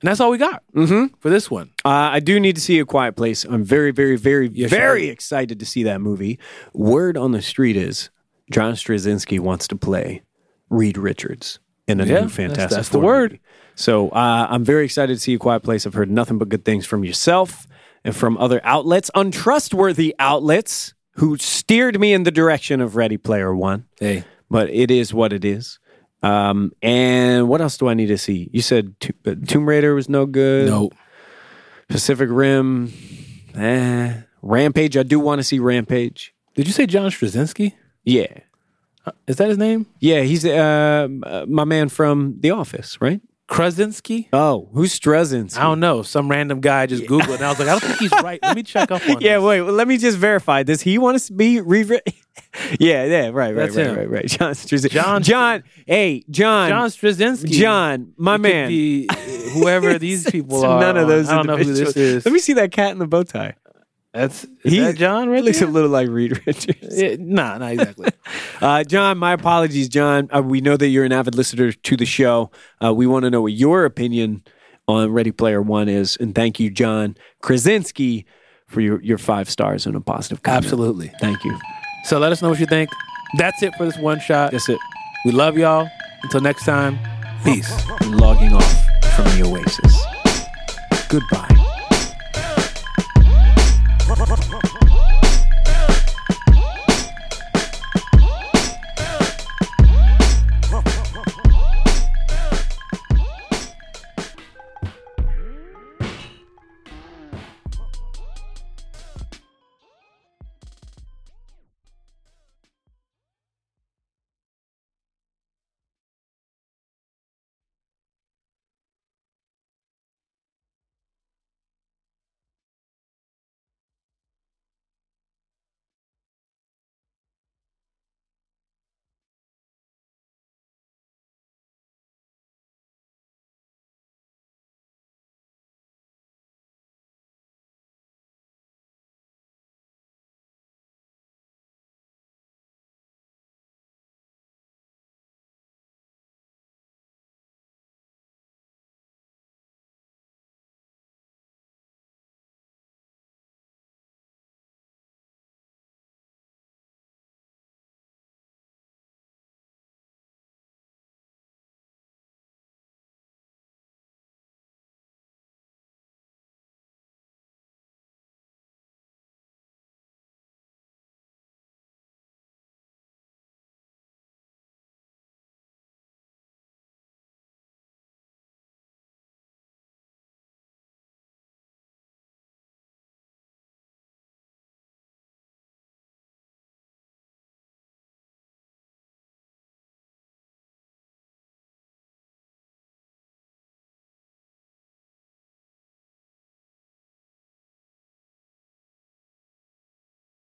S1: And that's all we got for this one.
S2: uh, I do need to see A Quiet Place. I'm very, very, very,
S1: you
S2: very excited to see that movie. Word on the street is John Straczynski wants to play Reed Richards in a
S1: Yeah,
S2: new
S1: that's-
S2: Fantastic
S1: that's the
S2: Four
S1: word.
S2: movie. So uh, I'm very excited to see A Quiet Place. I've heard nothing but good things from yourself and from other outlets, untrustworthy outlets who steered me in the direction of Ready Player One.
S1: Hey,
S2: but it is what it is. Um, and what else do I need to see? You said to- uh, Tomb Raider was no good.
S1: no.
S2: Pacific Rim. Eh. Rampage. I do want to see Rampage.
S1: Did you say John Straczynski?
S2: Yeah.
S1: Is that his name?
S2: Yeah, he's uh, uh, my man from The Office, right?
S1: Krasinski?
S2: Oh, who's Strezinski?
S1: I don't know. Some random guy just Googled, and I was like, I don't think he's right. Let me check up on.
S2: Yeah,
S1: this.
S2: wait. Well, let me just verify. Does he want to be re? re- yeah, yeah, right, right,
S1: That's
S2: right,
S1: him.
S2: right, right. John Straczynski.
S1: John-
S2: John. Hey, John.
S1: John Straczynski.
S2: John, my
S1: Could
S2: man.
S1: be uh, whoever these
S2: It's
S1: people are.
S2: None of
S1: on.
S2: those.
S1: I don't know who
S2: individuals.
S1: this is.
S2: Let me see that cat in the bow tie.
S1: That's is
S2: He-
S1: that John
S2: It
S1: right
S2: looks a
S1: there?
S2: little like Reed Richards.
S1: Yeah, nah, not exactly.
S2: Uh, John, my apologies, John. Uh, we know that you're an avid listener to the show. Uh, we want to know what your opinion on Ready Player One is, and thank you, John Krasinski, for your, your five stars and a positive comment.
S1: Absolutely.
S2: Thank you.
S1: So let us know what you think. That's it for this one shot.
S2: That's it.
S1: We love y'all. Until next time, peace.
S2: Logging off from the Oasis. Goodbye.